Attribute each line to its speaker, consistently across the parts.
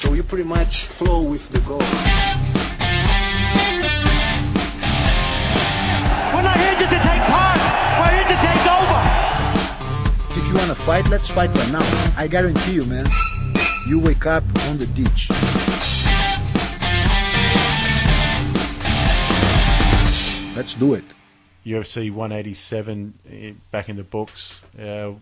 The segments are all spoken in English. Speaker 1: So you pretty much flow with the goal.
Speaker 2: We're not here just to take part. We're here to take over.
Speaker 1: If you wanna fight, let's fight right now. I guarantee you, man. You wake up on the ditch. Let's do it.
Speaker 3: UFC 187 eh, back in the books. Uh,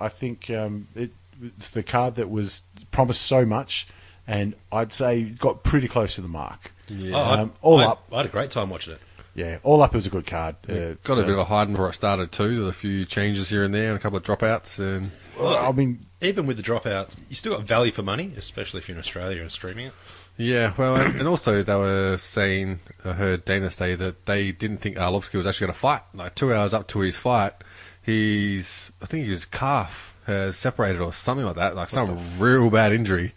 Speaker 3: I think um, it, it's the card that was promised so much, and I'd say got pretty close to the mark.
Speaker 4: Yeah.
Speaker 5: Oh,
Speaker 3: um, all
Speaker 4: Oh, I,
Speaker 3: up.
Speaker 4: I had a great time watching it.
Speaker 3: Yeah, all up it was a good card. Uh,
Speaker 5: Got
Speaker 3: so-
Speaker 5: a bit of a hiding before I started too. There's a few changes here and there, and a couple of dropouts, and
Speaker 3: I mean,
Speaker 4: Even with the dropouts, you still got value for money, especially if you're in Australia and streaming it.
Speaker 5: yeah, well, and, and also they were saying I heard Dana say that they didn't think Arlovsky was actually going to fight. Like two hours up to his fight, he's I think his calf has separated or something like that, like some real bad injury,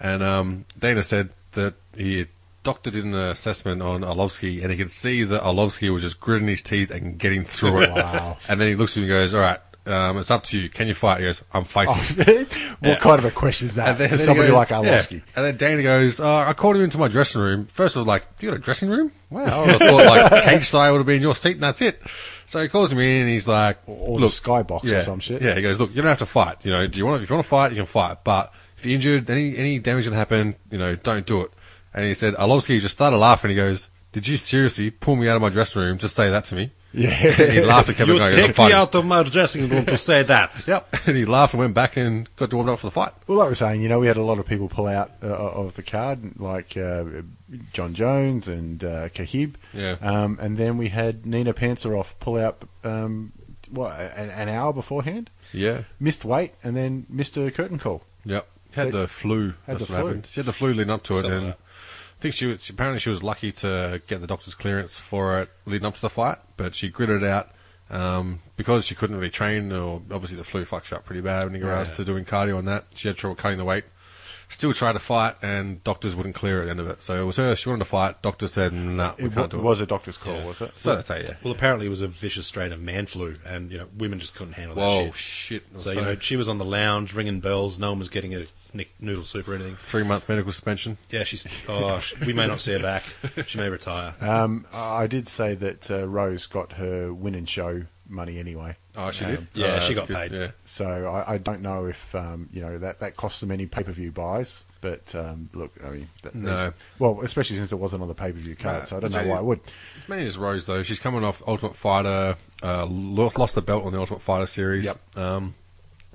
Speaker 5: and um, Dana said that he. Doctor did an assessment on Arlovsky, and he could see that Arlovsky was just gritting his teeth and getting through it. wow! And then he looks at him and goes, "All right, um, it's up to you. Can you fight?" He goes, "I'm facing."
Speaker 3: what kind of a question is that?
Speaker 5: And then
Speaker 3: for Uh, somebody
Speaker 5: he goes-
Speaker 3: like Arlovsky.
Speaker 5: yeah. And then Dana goes, uh, I called him into my dressing room. First of all, like, you got a dressing room? Wow. I thought, like, cage side would have been your seat and that's it. So he calls me in and he's like,
Speaker 3: Or the
Speaker 5: look,
Speaker 3: skybox
Speaker 5: yeah,
Speaker 3: or some shit.
Speaker 5: Yeah, he goes, look, you don't have to fight. You know, do you want to, if you want to fight, you can fight. But if you're injured, any, any damage can happen, you know, don't do it. And he said, Arlovsky just started laughing. He goes, did you seriously pull me out of my dressing room to say that to me?
Speaker 3: Yeah.
Speaker 5: He laughed and kept
Speaker 4: You
Speaker 5: going, I'm
Speaker 4: take me
Speaker 5: fighting.
Speaker 4: out of my dressing room to say that.
Speaker 5: Yep. And he laughed and went back and got warmed up for the fight.
Speaker 3: Well, like we're saying, you know, we had a lot of people pull out uh, of the card, like uh, John Jones and uh, Kahib.
Speaker 5: Yeah.
Speaker 3: Um, and then we had Nina Pansaroff pull out, um, what, an, an hour beforehand?
Speaker 5: Yeah.
Speaker 3: Missed weight and then missed a curtain call.
Speaker 5: Yep. Had
Speaker 3: So-
Speaker 5: the flu.
Speaker 3: Had
Speaker 5: That's
Speaker 3: the
Speaker 5: what
Speaker 3: flu.
Speaker 5: happened. She had the flu leading up to it,
Speaker 4: Something
Speaker 5: and
Speaker 4: like
Speaker 5: I think she was she- apparently she was lucky to get the doctor's clearance for it leading up to the fight, but she gritted it out um, because she couldn't really train. Or obviously the flu fucks you up pretty bad when you go out to doing cardio and that. She had trouble cutting the weight. Still tried to fight, and doctors wouldn't clear at the end of it. So it was her. She wanted to fight. Doctor said, "Nah,
Speaker 3: It,
Speaker 5: we can't
Speaker 3: wa-
Speaker 5: do it."
Speaker 3: was a doctor's call, was it?
Speaker 5: so that's it. Yeah.
Speaker 4: Well, apparently it was a vicious strain of man flu, and you know women just couldn't handle
Speaker 5: Whoa,
Speaker 4: that shit.
Speaker 5: shit!
Speaker 4: So, you know she was on the lounge ringing bells. No one was getting a nick- noodle soup or anything.
Speaker 5: three month medical suspension.
Speaker 4: Yeah, she's. Oh, sh- we may not see her back. She may retire.
Speaker 3: Um, I did say that uh, Rose got her win and show money anyway.
Speaker 5: Oh, she did.
Speaker 4: yeah,
Speaker 5: Oh,
Speaker 4: she
Speaker 5: that's
Speaker 4: got paid.
Speaker 5: Yeah.
Speaker 3: So I, I don't know if um, you know that that cost them any pay per view buys. But um, look, I mean, that,
Speaker 5: No.
Speaker 3: there's- well, especially since it wasn't on the pay per view card,
Speaker 5: No.
Speaker 3: so I don't
Speaker 5: So
Speaker 3: know why
Speaker 5: you-
Speaker 3: it would.
Speaker 5: Mainly just Rose though. She's coming off Ultimate Fighter, uh, lo- lost the belt on the Ultimate Fighter series.
Speaker 3: Yep.
Speaker 5: Um,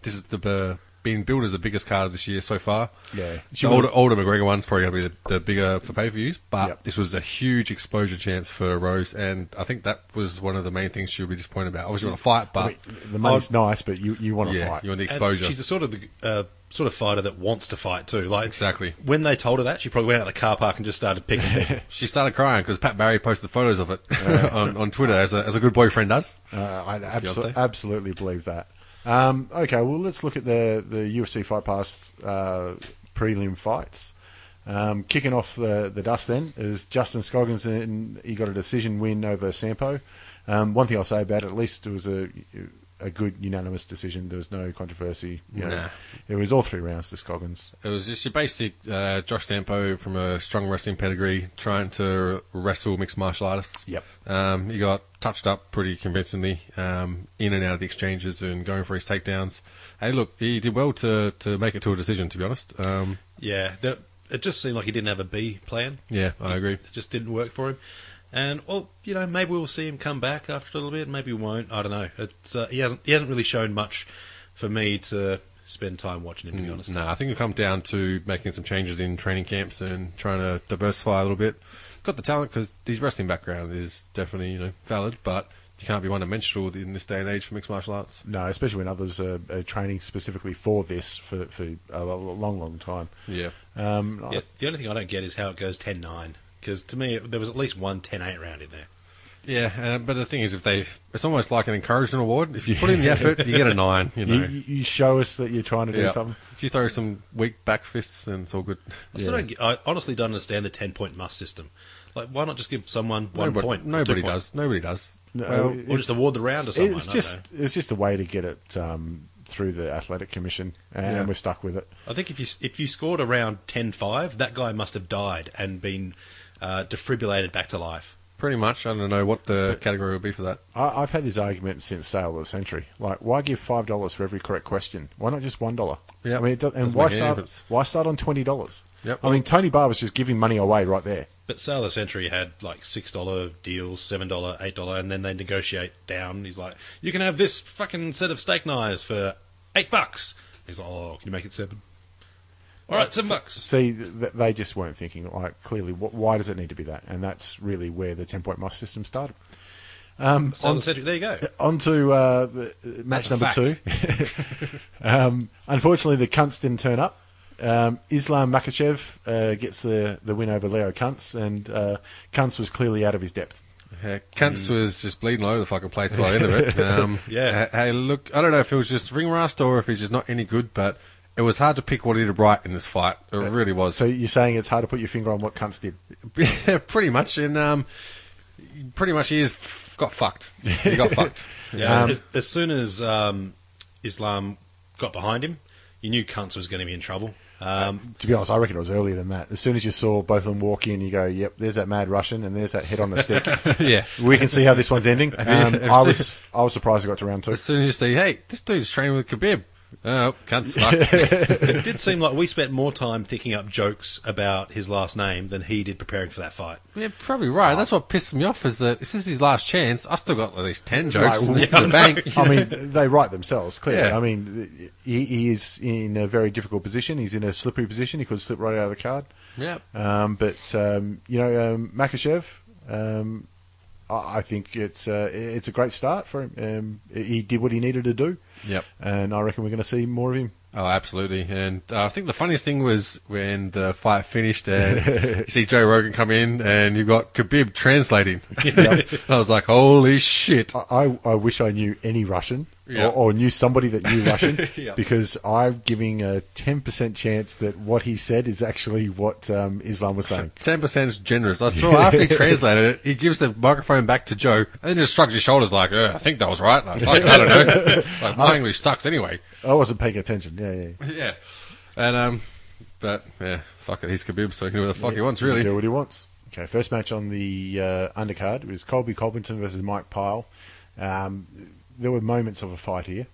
Speaker 5: this is the, the being billed as the biggest card of this year so far.
Speaker 3: Yeah.
Speaker 5: The older, older McGregor one's probably going to be the, the bigger for pay per views, but
Speaker 3: Yep.
Speaker 5: this was a huge exposure chance for Rose, and I think that was one of the main things she would be disappointed about. Obviously, want to fight, but
Speaker 3: I mean, the money's nice, but you, you want to
Speaker 5: yeah,
Speaker 3: fight.
Speaker 5: you want the
Speaker 4: And
Speaker 5: exposure.
Speaker 4: She's the sort of the uh, sort of fighter that wants to fight too. Like
Speaker 5: Exactly.
Speaker 4: When they told her that, she probably went out of the car park and just started picking. people.
Speaker 5: she started crying because Pat Barry posted photos of it on, on Twitter as a, as a good boyfriend does.
Speaker 3: Uh, I abso-
Speaker 5: Fiance?
Speaker 3: absolutely believe that. Um, okay, well, let's look at the, the UFC Fight Pass uh, prelim fights. Um, kicking off the, the dust then is Justin Scoggins, and he got a decision win over Sampo. Um, one thing I'll say about it, at least it was a, a good unanimous decision. There was no controversy. You know.
Speaker 5: Nah.
Speaker 3: It was all three rounds to Scoggins.
Speaker 5: It was just your basic uh, Josh Stampo from a strong wrestling pedigree trying to wrestle mixed martial artists.
Speaker 3: Yep.
Speaker 5: Um, he got touched up pretty convincingly um, in and out of the exchanges and going for his takedowns. Hey, look, he did well to, to make it to a decision, to be honest. Um,
Speaker 4: yeah, that, it just seemed like he didn't have a B plan.
Speaker 5: yeah, I agree.
Speaker 4: It just didn't work for him. And well, you know, maybe we'll see him come back after a little bit. Maybe we won't. I don't know. It's uh, he hasn't he hasn't really shown much for me to spend time watching him. To be honest,
Speaker 5: Mm, No, I think it'll come down to making some changes in training camps and trying to diversify a little bit. Got the talent because his wrestling background is definitely you know valid, but you can't be one dimensional in this day and age for mixed martial arts.
Speaker 3: No, especially when others are, are training specifically for this for, for a lo- long, long time.
Speaker 5: Yeah.
Speaker 3: Um, I-
Speaker 4: Yeah, the only thing I don't get is how it goes 10 9. Because to me, there was at least one 10 8 round in there.
Speaker 5: Yeah, uh, but the thing is, if they, it's almost like an encouragement award. If you put in the effort, you get a nine. You know,
Speaker 3: you, you show us that you're trying to do
Speaker 5: Yeah.
Speaker 3: something.
Speaker 5: If you throw some weak back fists, then it's all good.
Speaker 4: I, still don't, get- I honestly don't understand the 10 point must system. Like, why not just give someone one
Speaker 5: nobody,
Speaker 4: point? or two
Speaker 5: Nobody
Speaker 4: points?
Speaker 5: does. Nobody does.
Speaker 3: No,
Speaker 5: well,
Speaker 3: it-
Speaker 4: Or just award the round to someone.
Speaker 3: it's
Speaker 4: I don't
Speaker 3: just
Speaker 4: know.
Speaker 3: it's just a way to get it um, through the athletic commission, and
Speaker 5: Yeah.
Speaker 3: we're stuck with it.
Speaker 4: I think if you if you scored around 10-5, that guy must have died and been uh, defibrillated back to life.
Speaker 5: pretty much. I don't know what the category would be for that.
Speaker 3: I, I've had this argument since Sale of the Century. Like, why give five dollars for every correct question? Why not just one dollar?
Speaker 5: Yeah.
Speaker 3: I mean, it does, and
Speaker 5: Doesn't
Speaker 3: why
Speaker 5: make any
Speaker 3: start?
Speaker 5: difference.
Speaker 3: Why start on twenty dollars?
Speaker 5: Yep.
Speaker 3: I mean, Tony Barber's just giving money away right there.
Speaker 4: But Sale of the Century had like $6 deals, $7, $8, and then they negotiate down. He's like, you can have this fucking set of steak knives for 8 bucks. He's like, oh, can you make it 7 All right, 7 bucks.
Speaker 3: See, th- th- they just weren't thinking like clearly. Wh- why does it need to be that? And that's really where the ten-point must system started. Um,
Speaker 4: Sale of the Century, there you go.
Speaker 3: on to uh, the- uh, match
Speaker 5: That's a
Speaker 3: number two. um, unfortunately, the cunts didn't turn up. Um, Islam Makachev uh, gets the, the win over Leo Cunts, and uh, Cunts was clearly out of his depth.
Speaker 5: Yeah, Cunts was just bleeding all over the fucking place by the end of it. Um,
Speaker 4: Mm. Yeah.
Speaker 5: h- Hey, look, I don't know if it was just ring rust or if he's just not any good, but it was hard to pick what he did right in this fight. It really was.
Speaker 3: Uh, So you're saying it's hard to put your finger on what Cunts did?
Speaker 5: yeah, pretty much. And um, pretty much he is f- got fucked. He got fucked.
Speaker 4: Yeah, Um, as, as soon as um, Islam got behind him, you knew Cunts was going to be in trouble. Um,
Speaker 3: To be honest, I reckon it was earlier than that. As soon as you saw both of them walk in, you go, "Yep, there's that mad Russian, and there's that head on the stick."
Speaker 5: Yeah.
Speaker 3: we can see how this one's ending. Um,
Speaker 5: have you
Speaker 3: I
Speaker 5: seen-
Speaker 3: was I was surprised I got to round two.
Speaker 5: As soon as you see, hey, this dude's training with Khabib. Oh, cunt's fucked.
Speaker 4: it did seem like we spent more time thinking up jokes about his last name than he did preparing for that fight.
Speaker 5: You're probably right. That's what pissed me off is that if this is his last chance, I still got at least 10 jokes
Speaker 3: Like,
Speaker 5: in the bank.
Speaker 3: I mean, they write themselves clearly.
Speaker 5: Yeah.
Speaker 3: I mean, he, he is in a very difficult position. He's in a slippery position. He could slip right out of the card.
Speaker 5: yeah.
Speaker 3: Um, but um, you know, um, Makachev, um, I, I think it's uh, it's a great start for him. Um, he did what he needed to do.
Speaker 5: Yep.
Speaker 3: And I reckon we're going to see more of him.
Speaker 5: Oh, absolutely. And uh, I think the funniest thing was when the fight finished and you see Joe Rogan come in and you've got Khabib translating. and I was like, holy shit.
Speaker 3: I, I wish I knew any Russian
Speaker 5: Yeah.
Speaker 3: or, or knew somebody that knew Russian
Speaker 5: Yeah.
Speaker 3: because I'm giving a 10% chance that what he said is actually what um, Islam was saying.
Speaker 5: 10% is generous. I saw after he translated it, he gives the microphone back to Joe and then just shrugs his shoulders like, "Uh, I think that was right. Like, "Fuck, I don't know. Like, my English sucks anyway.
Speaker 3: I wasn't paying attention. Yeah, yeah.
Speaker 5: Yeah. And, um, but, yeah, fuck it. He's Khabib, so he can do what the fuck he wants, really.
Speaker 3: Do what he wants. Okay, first match on the uh, undercard was Colby Colbinton versus Mike Pyle. Um, there were moments of a fight here.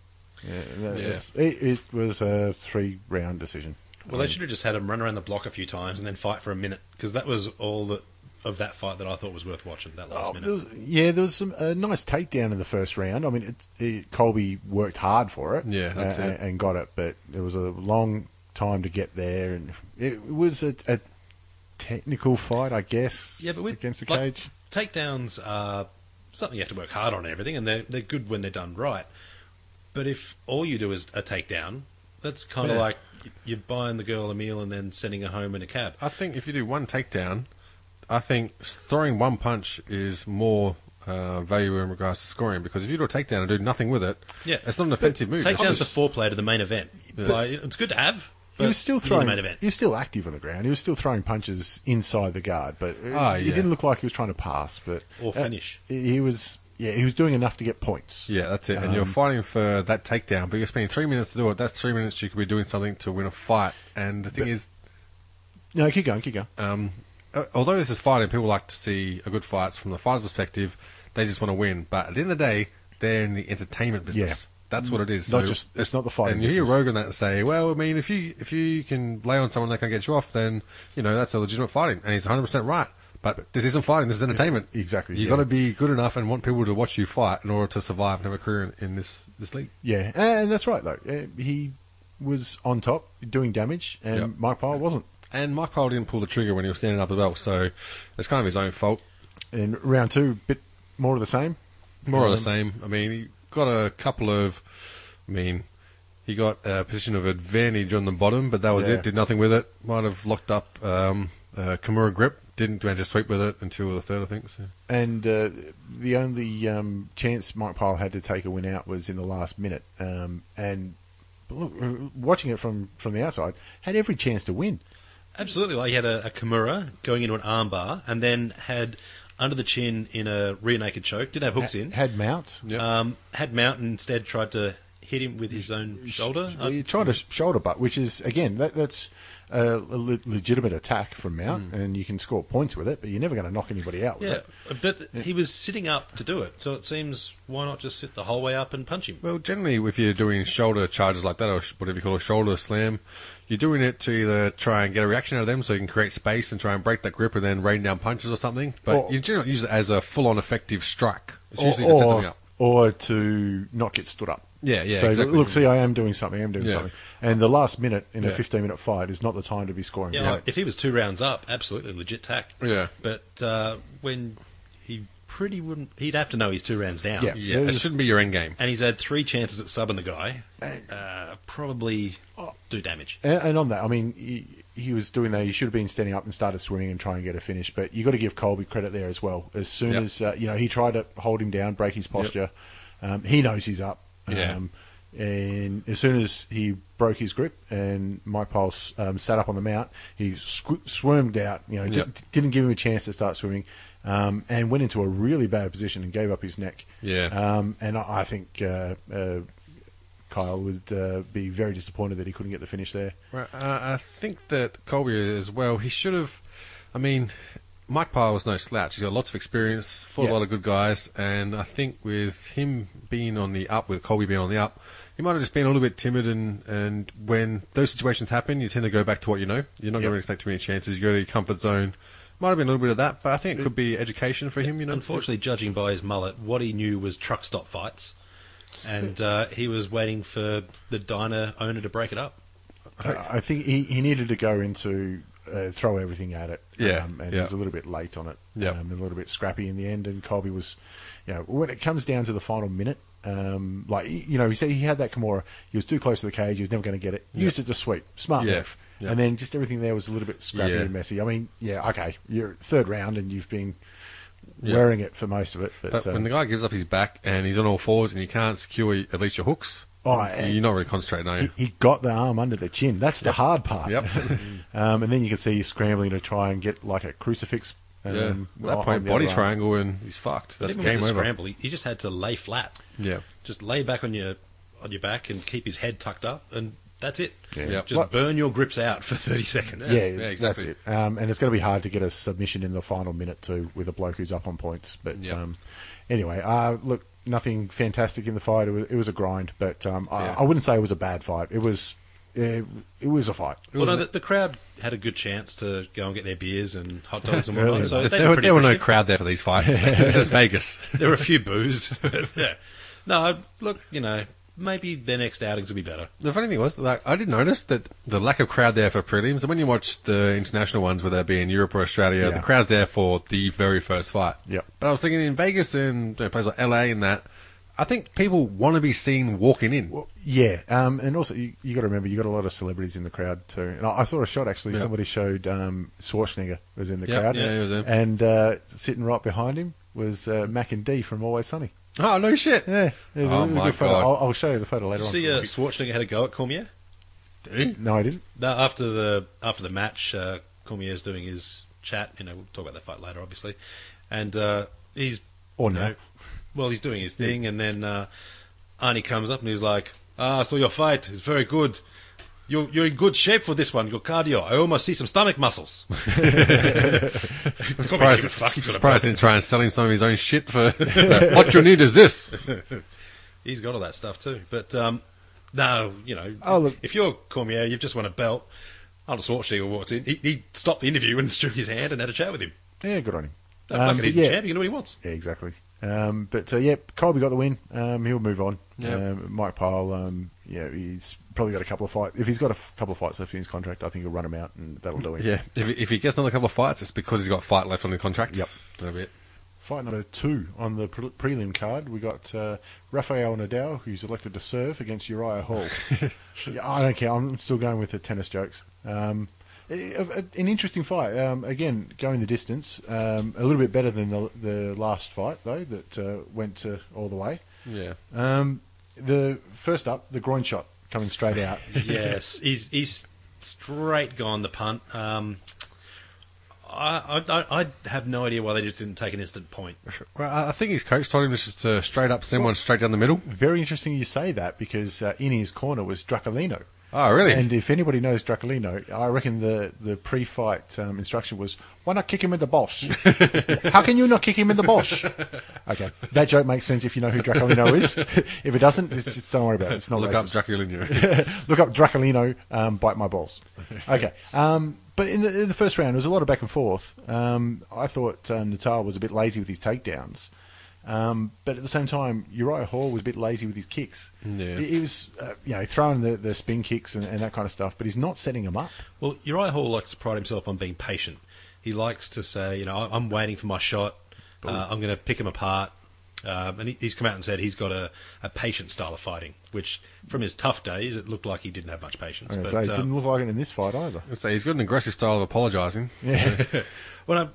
Speaker 3: Yeah, that's- It, it was a three round decision.
Speaker 4: Well, they should have just had him run around the block a few times and then fight for a minute because that was all that of that fight that I thought was worth watching. That last
Speaker 3: Oh,
Speaker 4: minute.
Speaker 3: there was- yeah, there was some a nice takedown in the first round. I mean, it, it, Colby worked hard for it,
Speaker 5: Yeah, that's
Speaker 3: uh,
Speaker 5: it.
Speaker 3: and got it, but it was a long time to get there, and it was a, a technical fight, I guess.
Speaker 4: yeah, but with,
Speaker 3: against the
Speaker 4: like,
Speaker 3: cage,
Speaker 4: takedowns are something you have to work hard on and everything, and they're they're good when they're done right. But if all you do is a takedown, that's kind of
Speaker 5: Yeah.
Speaker 4: like you're buying the girl a meal and then sending her home in a cab.
Speaker 5: I think if you do one takedown, I think throwing one punch is more uh, valuable in regards to scoring because if you do a takedown and do nothing with it,
Speaker 4: Yeah.
Speaker 5: it's not an offensive
Speaker 3: Oh,
Speaker 5: move. It's
Speaker 4: Takedowns are
Speaker 5: just-
Speaker 4: foreplay to the main event. Like, it's good to have.
Speaker 3: he
Speaker 4: but
Speaker 3: was still
Speaker 4: you're the
Speaker 3: throwing.
Speaker 4: main event.
Speaker 3: He was still active on the ground. He was still throwing punches inside the guard, but it,
Speaker 5: Ah,
Speaker 3: it
Speaker 5: yeah.
Speaker 3: didn't look like he was trying to pass, but
Speaker 4: Or
Speaker 3: uh,
Speaker 4: finish.
Speaker 3: he was, yeah, he was doing enough to get points.
Speaker 5: yeah, that's it. And
Speaker 3: Um,
Speaker 5: you're fighting for that takedown, but you're spending three minutes to do it. That's three minutes you could be doing something to win a fight. And the thing is,
Speaker 3: No, keep going, keep going.
Speaker 5: um, uh, although this is fighting, people like to see a good fights from the fighter's perspective. They just want to win. But at the end of the day, they're in the entertainment business.
Speaker 3: Yeah.
Speaker 5: That's what it is.
Speaker 3: Not just- it's not the fighting
Speaker 5: And you hear
Speaker 3: business.
Speaker 5: Rogan that say, "Well, I mean, if you if you can lay on someone that can get you off, then you know that's a legitimate fighting." And he's 100 percent right. But this isn't fighting. This is entertainment.
Speaker 3: Exactly,
Speaker 5: You've
Speaker 3: yeah.
Speaker 5: got to be good enough and want people to watch you fight in order to survive and have a career in, in this this league.
Speaker 3: Yeah, and that's right though. Uh, He was on top, doing damage, and
Speaker 5: Yep.
Speaker 3: Mike Pyle wasn't.
Speaker 5: And Mike Powell didn't pull the trigger when he was standing up as well, so it's kind of his own fault.
Speaker 3: And round two, bit more of the same.
Speaker 5: more of the same. I mean, he got a couple of. I mean, he got a position of advantage on the bottom, but that was
Speaker 3: Yeah.
Speaker 5: it. Did nothing with it. Might have locked up um, uh, Kimura grip. Didn't manage to sweep with it until the third, I think. So.
Speaker 3: And uh, the only um, chance Mike Pyle had to take a win out was in the last minute. Um, and but look, watching it from, from the outside, had every chance to win.
Speaker 4: Absolutely. Like he had a, a Kimura going into an armbar and then had under the chin in a rear naked choke. Didn't have hooks in.
Speaker 3: Had mounts.
Speaker 5: Yep.
Speaker 4: Um, had Mountain instead tried to hit him with his own shoulder. Uh,
Speaker 3: Well, you tried a sh- shoulder butt, which is again that, that's a le- legitimate attack from Mount, and you can score points with it, but you're never going to knock anybody out with
Speaker 4: Hmm. yeah,
Speaker 3: it.
Speaker 4: but he was sitting up to do it, so it seems why not just sit the whole way up and punch him?
Speaker 5: Well, generally, if you're doing shoulder charges like that, or sh- whatever you call a shoulder slam, you're doing it to either try and get a reaction out of them so you can create space and try and break that grip and then rain down punches or something. But
Speaker 3: Or-
Speaker 5: you generally use it as a full on effective strike. It's
Speaker 3: Or,
Speaker 5: usually to set something
Speaker 3: or,
Speaker 5: up.
Speaker 3: or to not get stood up.
Speaker 5: Yeah, yeah,
Speaker 3: So
Speaker 5: exactly.
Speaker 3: look, see, I am doing something. I am doing
Speaker 5: Yeah.
Speaker 3: something. And the last minute in a
Speaker 5: Yeah.
Speaker 3: 15 minute fight is not the time to be scoring
Speaker 4: Yeah, like,
Speaker 3: points.
Speaker 4: if he was two rounds up, absolutely legit tack.
Speaker 5: Yeah.
Speaker 4: but uh, when he pretty wouldn't, he'd have to know he's two rounds down.
Speaker 3: Yeah.
Speaker 5: Yeah, it
Speaker 3: There's-
Speaker 5: shouldn't be your end game.
Speaker 4: and he's had three chances at subbing the guy. Uh, probably do damage.
Speaker 3: And, and on that, I mean, he, he was doing that. He should have been standing up and started swinging and trying to get a finish. But you got to give Colby credit there as well. As soon
Speaker 5: Yep.
Speaker 3: as uh, you know, he tried to hold him down, break his posture. Um, he knows he's up.
Speaker 5: Yeah.
Speaker 3: Um, and as soon as he broke his grip and Mike Pyle um, sat up on the mount, he squ- swarmed out. You know,
Speaker 5: Yep.
Speaker 3: di- didn't give him a chance to start swimming, um, and went into a really bad position and gave up his neck.
Speaker 5: Yeah.
Speaker 3: Um, and I, I think uh, uh, Kyle would uh, be very disappointed that he couldn't get the finish there.
Speaker 5: Right, uh, I think that Colby as well. He should have. I mean, Mike Pyle was no slouch. He's got lots of experience, fought
Speaker 3: Yeah.
Speaker 5: a lot of good guys, and I think with him being on the up, with Colby being on the up, he might have just been a little bit timid. And, and when those situations happen, you tend to go back to what you know. You're not
Speaker 3: Yep.
Speaker 5: going to take too many chances. You go to your comfort zone. Might have been a little bit of that, but I think it could be education for him. You know,
Speaker 4: Unfortunately, judging by his mullet, what he knew was truck stop fights, and uh, he was waiting for the diner owner to break it up.
Speaker 3: Uh, I think he, he needed to go into uh, throw everything at it.
Speaker 5: Yeah,
Speaker 3: Um, and he
Speaker 5: yeah.
Speaker 3: was a little bit late on it.
Speaker 5: Yeah.
Speaker 3: Um, a little bit scrappy in the end. And Colby was, you know, when it comes down to the final minute, um, like, you know, he said he had that Kimura. He was too close to the cage. He was never going to get it. Used it to sweep. Smart
Speaker 5: Yeah,
Speaker 3: move.
Speaker 5: yeah.
Speaker 3: And then just everything there was a little bit scrappy
Speaker 5: Yeah.
Speaker 3: and messy. I mean, yeah, okay. You're third round and you've been
Speaker 5: Yeah.
Speaker 3: wearing it for most of it. But,
Speaker 5: But
Speaker 3: uh,
Speaker 5: when the guy gives up his back and he's on all fours and you can't secure at least your hooks,
Speaker 3: Oh, I-
Speaker 5: you're not really concentrating, are you?
Speaker 3: he, he got the arm under the chin. That's the hard part.
Speaker 5: Yep. Mm.
Speaker 3: um, and then you can see he's scrambling to try and get like a crucifix.
Speaker 5: Yeah,
Speaker 3: Um,
Speaker 5: At that
Speaker 3: on
Speaker 5: point,
Speaker 3: the other
Speaker 5: body
Speaker 3: arm.
Speaker 5: triangle, and he's fucked. That's
Speaker 4: Even with
Speaker 5: game
Speaker 4: the
Speaker 5: over.
Speaker 4: scramble, he, he just had to lay flat.
Speaker 5: Yeah.
Speaker 4: Just lay back on your on your back and keep his head tucked up, and that's it.
Speaker 5: Yep.
Speaker 4: Just
Speaker 3: What-
Speaker 4: burn your grips out for thirty seconds.
Speaker 3: Yeah,
Speaker 5: Yeah, exactly.
Speaker 3: that's it. Um, and it's going to be hard to get a submission in the final minute too with a bloke who's up on points. But
Speaker 5: Yep.
Speaker 3: um, anyway, uh, look, nothing fantastic in the fight. It was, it was a grind, but um,
Speaker 5: Yeah.
Speaker 3: I, I wouldn't say it was a bad fight. It was, it, it was a fight.
Speaker 4: Well, no, the, the crowd had a good chance to go and get their beers and hot dogs and whatnot.
Speaker 3: Really?
Speaker 4: So they
Speaker 5: there
Speaker 4: were,
Speaker 5: were,
Speaker 4: pretty
Speaker 5: there were no
Speaker 4: appreciative.
Speaker 5: crowd there for these fights. this is Vegas.
Speaker 4: There were a few boos. but, yeah. No, look, you know, maybe their next outings will be better.
Speaker 5: The funny thing was, like, I did notice that the lack of crowd there for prelims, and when you watch the international ones, whether that be in Europe or Australia,
Speaker 3: Yeah.
Speaker 5: the crowd's there for the very first fight.
Speaker 3: Yep.
Speaker 5: But I was thinking in Vegas and you know, places like LA and that, I think people want to be seen walking in.
Speaker 3: Well, yeah, um, and also you, you got to remember you got a lot of celebrities in the crowd too. And I, I saw a shot actually.
Speaker 5: Yeah.
Speaker 3: Somebody showed um, Schwarzenegger was in the
Speaker 5: Yeah,
Speaker 3: crowd,
Speaker 5: yeah, he was there.
Speaker 3: and uh, sitting right behind him was uh, Mac and D from Always Sunny.
Speaker 5: Oh, no shit.
Speaker 3: Yeah, it was
Speaker 5: Oh
Speaker 3: a really
Speaker 5: my
Speaker 3: good photo.
Speaker 5: God.
Speaker 3: I'll, I'll show you the photo later
Speaker 4: Did you
Speaker 3: on.
Speaker 4: see uh, Schwarzenegger had a go at Cormier?
Speaker 3: no, I didn't.
Speaker 4: No, after the after the match, uh, Cormier's doing his chat. You know, we'll talk about that fight later, obviously. And uh, he's
Speaker 3: Or
Speaker 4: you
Speaker 3: Oh, no.
Speaker 4: know, well, he's doing his thing, and then uh, Arnie comes up and he's like, "Ah, I saw your fight is very good. You're you're in good shape for this one. Your cardio. I almost see some stomach muscles."
Speaker 5: I'm
Speaker 4: Probably
Speaker 5: surprised,
Speaker 4: give a fuck, he's got a
Speaker 5: surprised he didn't try and sell him some of his own shit for what you need is this.
Speaker 4: He's got all that stuff too. But um, no, you know,
Speaker 3: Oh, look.
Speaker 4: if you're Cormier, you've just won a belt. Arnold Schwarzenegger walks in. He, he stopped the interview and shook his hand and had a chat with him.
Speaker 3: Yeah, good on him.
Speaker 4: No,
Speaker 3: Um,
Speaker 4: fuck it,
Speaker 3: but
Speaker 4: he's
Speaker 3: yeah,
Speaker 4: the champ. He can do what he wants.
Speaker 3: Yeah, exactly. Um, but uh, yeah, Colby got the win. Um, he'll move on.
Speaker 5: Yep.
Speaker 3: Um, Mike Pyle, um, yeah, he's probably got a couple of fights. If he's got a f- couple of fights left in his contract, I think he'll run him out, and that'll do him.
Speaker 5: Yeah, if, if he gets another couple of fights, it's because he's got fight left on the contract.
Speaker 3: Yep.
Speaker 5: That'll be it.
Speaker 3: Fight number two on the pre- prelim card, we got uh, Rafael Nadal, who's elected to serve against Uriah Hall. yeah, I don't care. I'm still going with the tennis jokes. Um, a- a- an interesting fight. Um, again, going the distance. Um, a little bit better than the, the last fight, though, that uh, went uh, all the way.
Speaker 5: Yeah.
Speaker 3: Um, the first up, the groin shot coming straight out.
Speaker 4: yes, he's he's straight gone the punt. Um, I, I- I I have no idea why they just didn't take an instant point.
Speaker 5: Well, I- I think his coach told him just to straight up send one straight down the middle.
Speaker 3: Very interesting you say that because uh, in his corner was Dracolino.
Speaker 5: Oh, really?
Speaker 3: And if anybody knows Dracolino, I reckon the, the pre fight um, instruction was, why not kick him in the bosh? How can you not kick him in the bosh? Okay, that joke makes sense if you know who Dracolino is. if it doesn't, it's just don't worry about it. It's not
Speaker 5: Look
Speaker 3: racist.
Speaker 5: up Draculino.
Speaker 3: look up Dracolino, um, bite my balls. Okay. Um, but in the, in the first round, it was a lot of back and forth. Um, I thought uh, Natal was a bit lazy with his takedowns. Um, but at the same time, Uriah Hall was a bit lazy with his kicks.
Speaker 5: Yeah.
Speaker 3: He, he was, uh, you know, throwing the, the spin kicks and, and that kind of stuff, but he's not setting them up.
Speaker 4: Well, Uriah Hall likes to pride himself on being patient. He likes to say, you know, "I- I'm waiting for my shot. Uh, I'm going to pick him apart. Um, and he, he's come out and said he's got a, a patient style of fighting, which from his tough days, it looked like he didn't have much patience.
Speaker 3: And
Speaker 4: But,
Speaker 3: so it
Speaker 4: um,
Speaker 3: didn't look like it in this fight either.
Speaker 5: so he's got an aggressive style of apologising.
Speaker 3: Yeah.
Speaker 4: Well, no,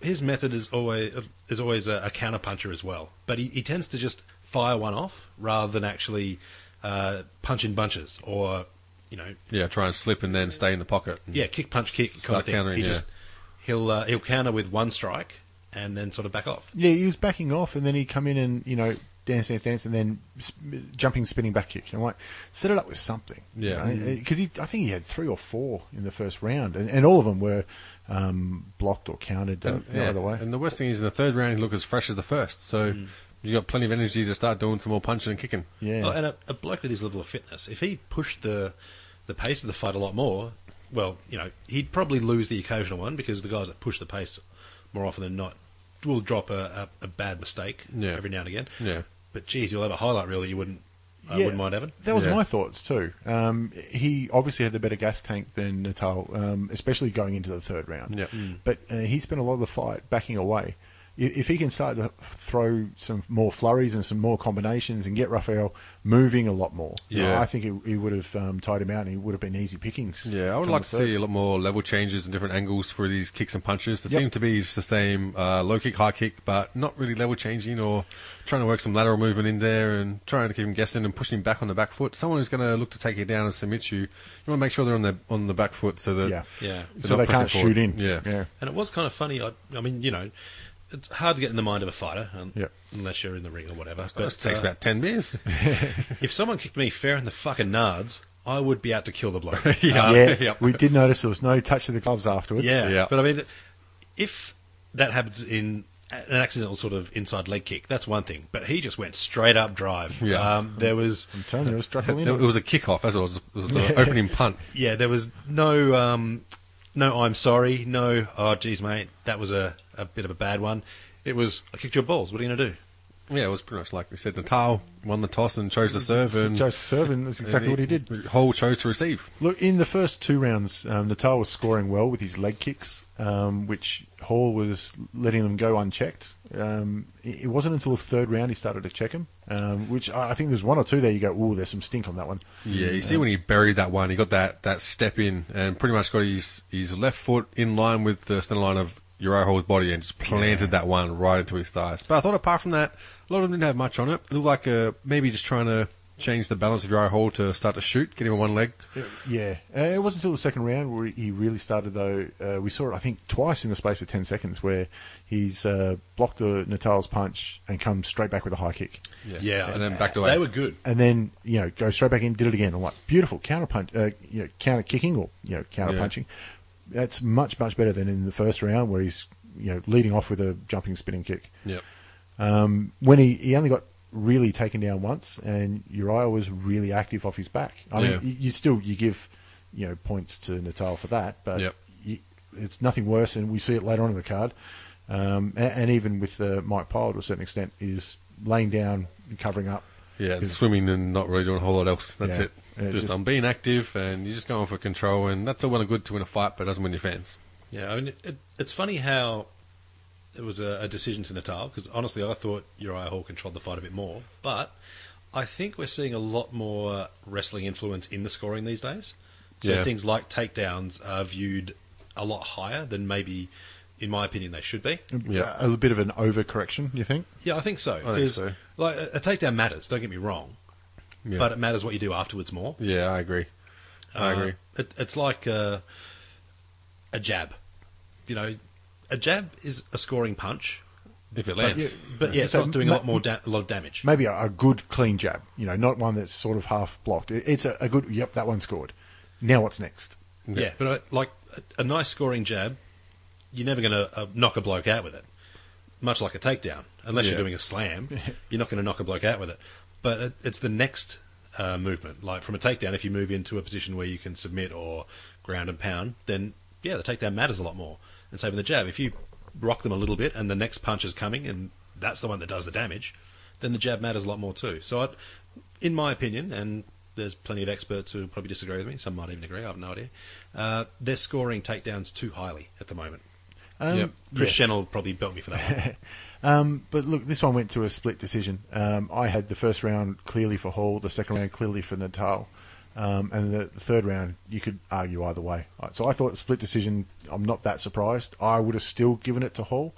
Speaker 4: his method is always is always a, a counterpuncher as well, but he, he tends to just fire one off rather than actually uh, punch in bunches or you know
Speaker 5: Yeah, try and slip and then stay in the pocket.
Speaker 4: yeah kick punch kick kind
Speaker 5: Start
Speaker 4: of thing.
Speaker 5: countering,
Speaker 4: he
Speaker 5: yeah.
Speaker 4: just he'll uh, he'll counter with one strike and then sort of back off.
Speaker 3: yeah, he was backing off, and then he'd come in and, you know, dance, dance, dance, and then sp- jumping, spinning back kick. And I'm like, set it up with something.
Speaker 5: Yeah.
Speaker 3: Because he I think he had three or four in the first round, and, and all of them were um, blocked or countered uh,
Speaker 5: And,
Speaker 3: the
Speaker 5: yeah.
Speaker 3: other way. Mm.
Speaker 5: and the worst thing is in the third round he looked as fresh as the first, so you got plenty of energy to start doing some more punching and kicking.
Speaker 3: yeah.
Speaker 4: Oh, and a, a bloke with his level of fitness, if he pushed the the pace of the fight a lot more, well, you know, he'd probably lose the occasional one because the guys that push the pace more often than not will drop a, a, a bad mistake
Speaker 5: Yeah.
Speaker 4: every now and again.
Speaker 5: Yeah.
Speaker 4: But geez, you'll have a highlight reel that you wouldn't I
Speaker 3: Yeah.
Speaker 4: wouldn't mind having.
Speaker 3: That was
Speaker 5: Yeah.
Speaker 3: my thoughts too. Um, he obviously had the better gas tank than Natal, um, especially going into the third round.
Speaker 5: Yeah. Mm.
Speaker 3: But uh, he spent a lot of the fight backing away. I- If he can start to throw some more flurries and some more combinations and get Raphael moving a lot more,
Speaker 5: Yeah.
Speaker 3: I think he, he would have um, tied him out and he would have been easy pickings.
Speaker 5: Yeah, I would
Speaker 3: come
Speaker 5: like
Speaker 3: the
Speaker 5: to
Speaker 3: third.
Speaker 5: see a lot more level changes and different angles for these kicks and punches. They
Speaker 3: Yep.
Speaker 5: seem to be just the same uh, low kick, high kick, but not really level changing or trying to work some lateral movement in there and trying to keep him guessing and pushing him back on the back foot. Someone who's going to look to take you down and submit you, you want to make sure they're on the on the back foot so that
Speaker 3: Yeah.
Speaker 4: Yeah.
Speaker 5: they're
Speaker 3: So
Speaker 5: not
Speaker 3: they can't
Speaker 5: pressing
Speaker 3: shoot
Speaker 5: forward.
Speaker 3: in.
Speaker 5: Yeah,
Speaker 3: yeah.
Speaker 4: And it was kind of funny. I, I mean, you know, it's hard to get in the mind of a fighter un-
Speaker 3: Yeah.
Speaker 4: unless you're in the ring or whatever.
Speaker 5: That takes
Speaker 4: uh,
Speaker 5: about ten beers.
Speaker 4: if someone kicked me fair in the fucking nards, I would be out to kill the bloke.
Speaker 5: Yeah.
Speaker 3: yeah.
Speaker 5: Yep.
Speaker 3: We did notice there was no touch of the gloves afterwards.
Speaker 4: Yeah,
Speaker 5: Yeah.
Speaker 4: but I mean, if that happens in an accidental sort of inside leg kick, that's one thing. But he just went straight up drive.
Speaker 5: Yeah.
Speaker 4: um, there was
Speaker 3: I'm telling you, it was Draculino.
Speaker 5: It was a kickoff as it was, it was the opening punt.
Speaker 4: yeah, there was no um, no I'm sorry, no oh geez mate, that was a, a bit of a bad one. It was I kicked your balls. What are you gonna do?
Speaker 5: Yeah, it was pretty much like we said. Natal won the toss and chose to serve, and
Speaker 3: Joseph Servin, that's exactly what he did.
Speaker 5: Hole chose to receive.
Speaker 3: Look, in the first two rounds, um, Natal was scoring well with his leg kicks, um, which Hall was letting them go unchecked. Um, it it wasn't until the third round he started to check him, um, which I I think there's one or two there you go, oh, there's some stink on that one.
Speaker 5: Yeah, you see when he buried that one, he got that, that step in and pretty much got his, his left foot in line with the center line of Uriah Hall's body and just planted that one right into his thighs. But I thought apart from that, a lot of them didn't have much on it. It looked like uh, maybe just trying to change the balance of Uriah Hall to start to shoot, get him on one leg.
Speaker 3: Yeah. Uh, it wasn't until the second round where he really started, though. Uh, we saw it, I think, twice in the space of 10 seconds where he's uh, blocked the Natal's punch and come straight back with a high kick.
Speaker 5: And then backed away.
Speaker 4: They were good.
Speaker 3: and then you know go straight back in, did it again. I'm like, beautiful counter punch, uh, you know, counter kicking or you know counter
Speaker 5: Yeah.
Speaker 3: punching. That's much much better than in the first round where he's you know leading off with a jumping spinning kick.
Speaker 5: Yep.
Speaker 3: Um, when he, he only got really taken down once, and Uriah was really active off his back. I mean,
Speaker 5: Yeah.
Speaker 3: you, you still you give you know points to Natal for that, but
Speaker 5: Yep.
Speaker 3: you, it's nothing worse, and we see it later on in the card. Um, a- and, even with uh, Mike Pyle to a certain extent is laying down and covering up.
Speaker 5: Yeah, and
Speaker 3: 'Cause-
Speaker 5: swimming and not really doing a whole lot else. That's
Speaker 3: Yeah.
Speaker 5: it.
Speaker 3: Yeah,
Speaker 5: just,
Speaker 3: just-
Speaker 5: I'm being active and you're just going for control, and that's all well and good to win a fight, but it doesn't win your fans.
Speaker 4: Yeah, I mean, it, it's funny how it was a, a decision to Natal because honestly, I thought Uriah Hall controlled the fight a bit more, but I think we're seeing a lot more wrestling influence in the scoring these days. So
Speaker 5: Yeah.
Speaker 4: things like takedowns are viewed a lot higher than maybe, in my opinion, they should be.
Speaker 5: Yeah.
Speaker 3: A, little bit of an overcorrection, you think?
Speaker 4: Yeah, I think so.
Speaker 5: think
Speaker 4: 'cause,
Speaker 5: so.
Speaker 4: Like a a takedown matters. Don't get me wrong,
Speaker 5: Yeah.
Speaker 4: but it matters what you do afterwards more.
Speaker 5: yeah, I agree. I
Speaker 4: Uh,
Speaker 5: agree.
Speaker 4: It, it's like a, a jab. You know, a jab is a scoring punch,
Speaker 5: If it lands,
Speaker 3: yeah,
Speaker 4: but yeah, it's
Speaker 3: So
Speaker 4: not doing a
Speaker 3: ma-
Speaker 4: lot more da- a lot of damage.
Speaker 3: Maybe a, a good clean jab, you know, not one that's sort of half blocked. It, it's a, a good, yep, that one scored. Now what's next?
Speaker 4: yeah. but uh, like a, a nice scoring jab, you're never going to uh, knock a bloke out with it. Much like a takedown, unless
Speaker 5: Yeah.
Speaker 4: you're doing a slam, you're not going to knock a bloke out with it. But it, it's the next uh, movement. Like from a takedown, if you move into a position where you can submit or ground and pound, then yeah, the takedown matters a lot more. And same with the jab. If you rock them a little bit and the next punch is coming and that's the one that does the damage, then the jab matters a lot more too. So, I, in my opinion, and there's plenty of experts who probably disagree with me, some might even agree, I have no idea, uh, they're scoring takedowns too highly at the moment.
Speaker 3: Um,
Speaker 5: Yep.
Speaker 4: Chris Channel probably built me for that one.
Speaker 3: Um, but look, this one went to a split decision. Um, I had the first round clearly for Hall, the second round clearly for Natal, um, and the, the third round you could argue either way. Uh, So I thought split decision. I'm not that surprised. I would have still given it to Hall.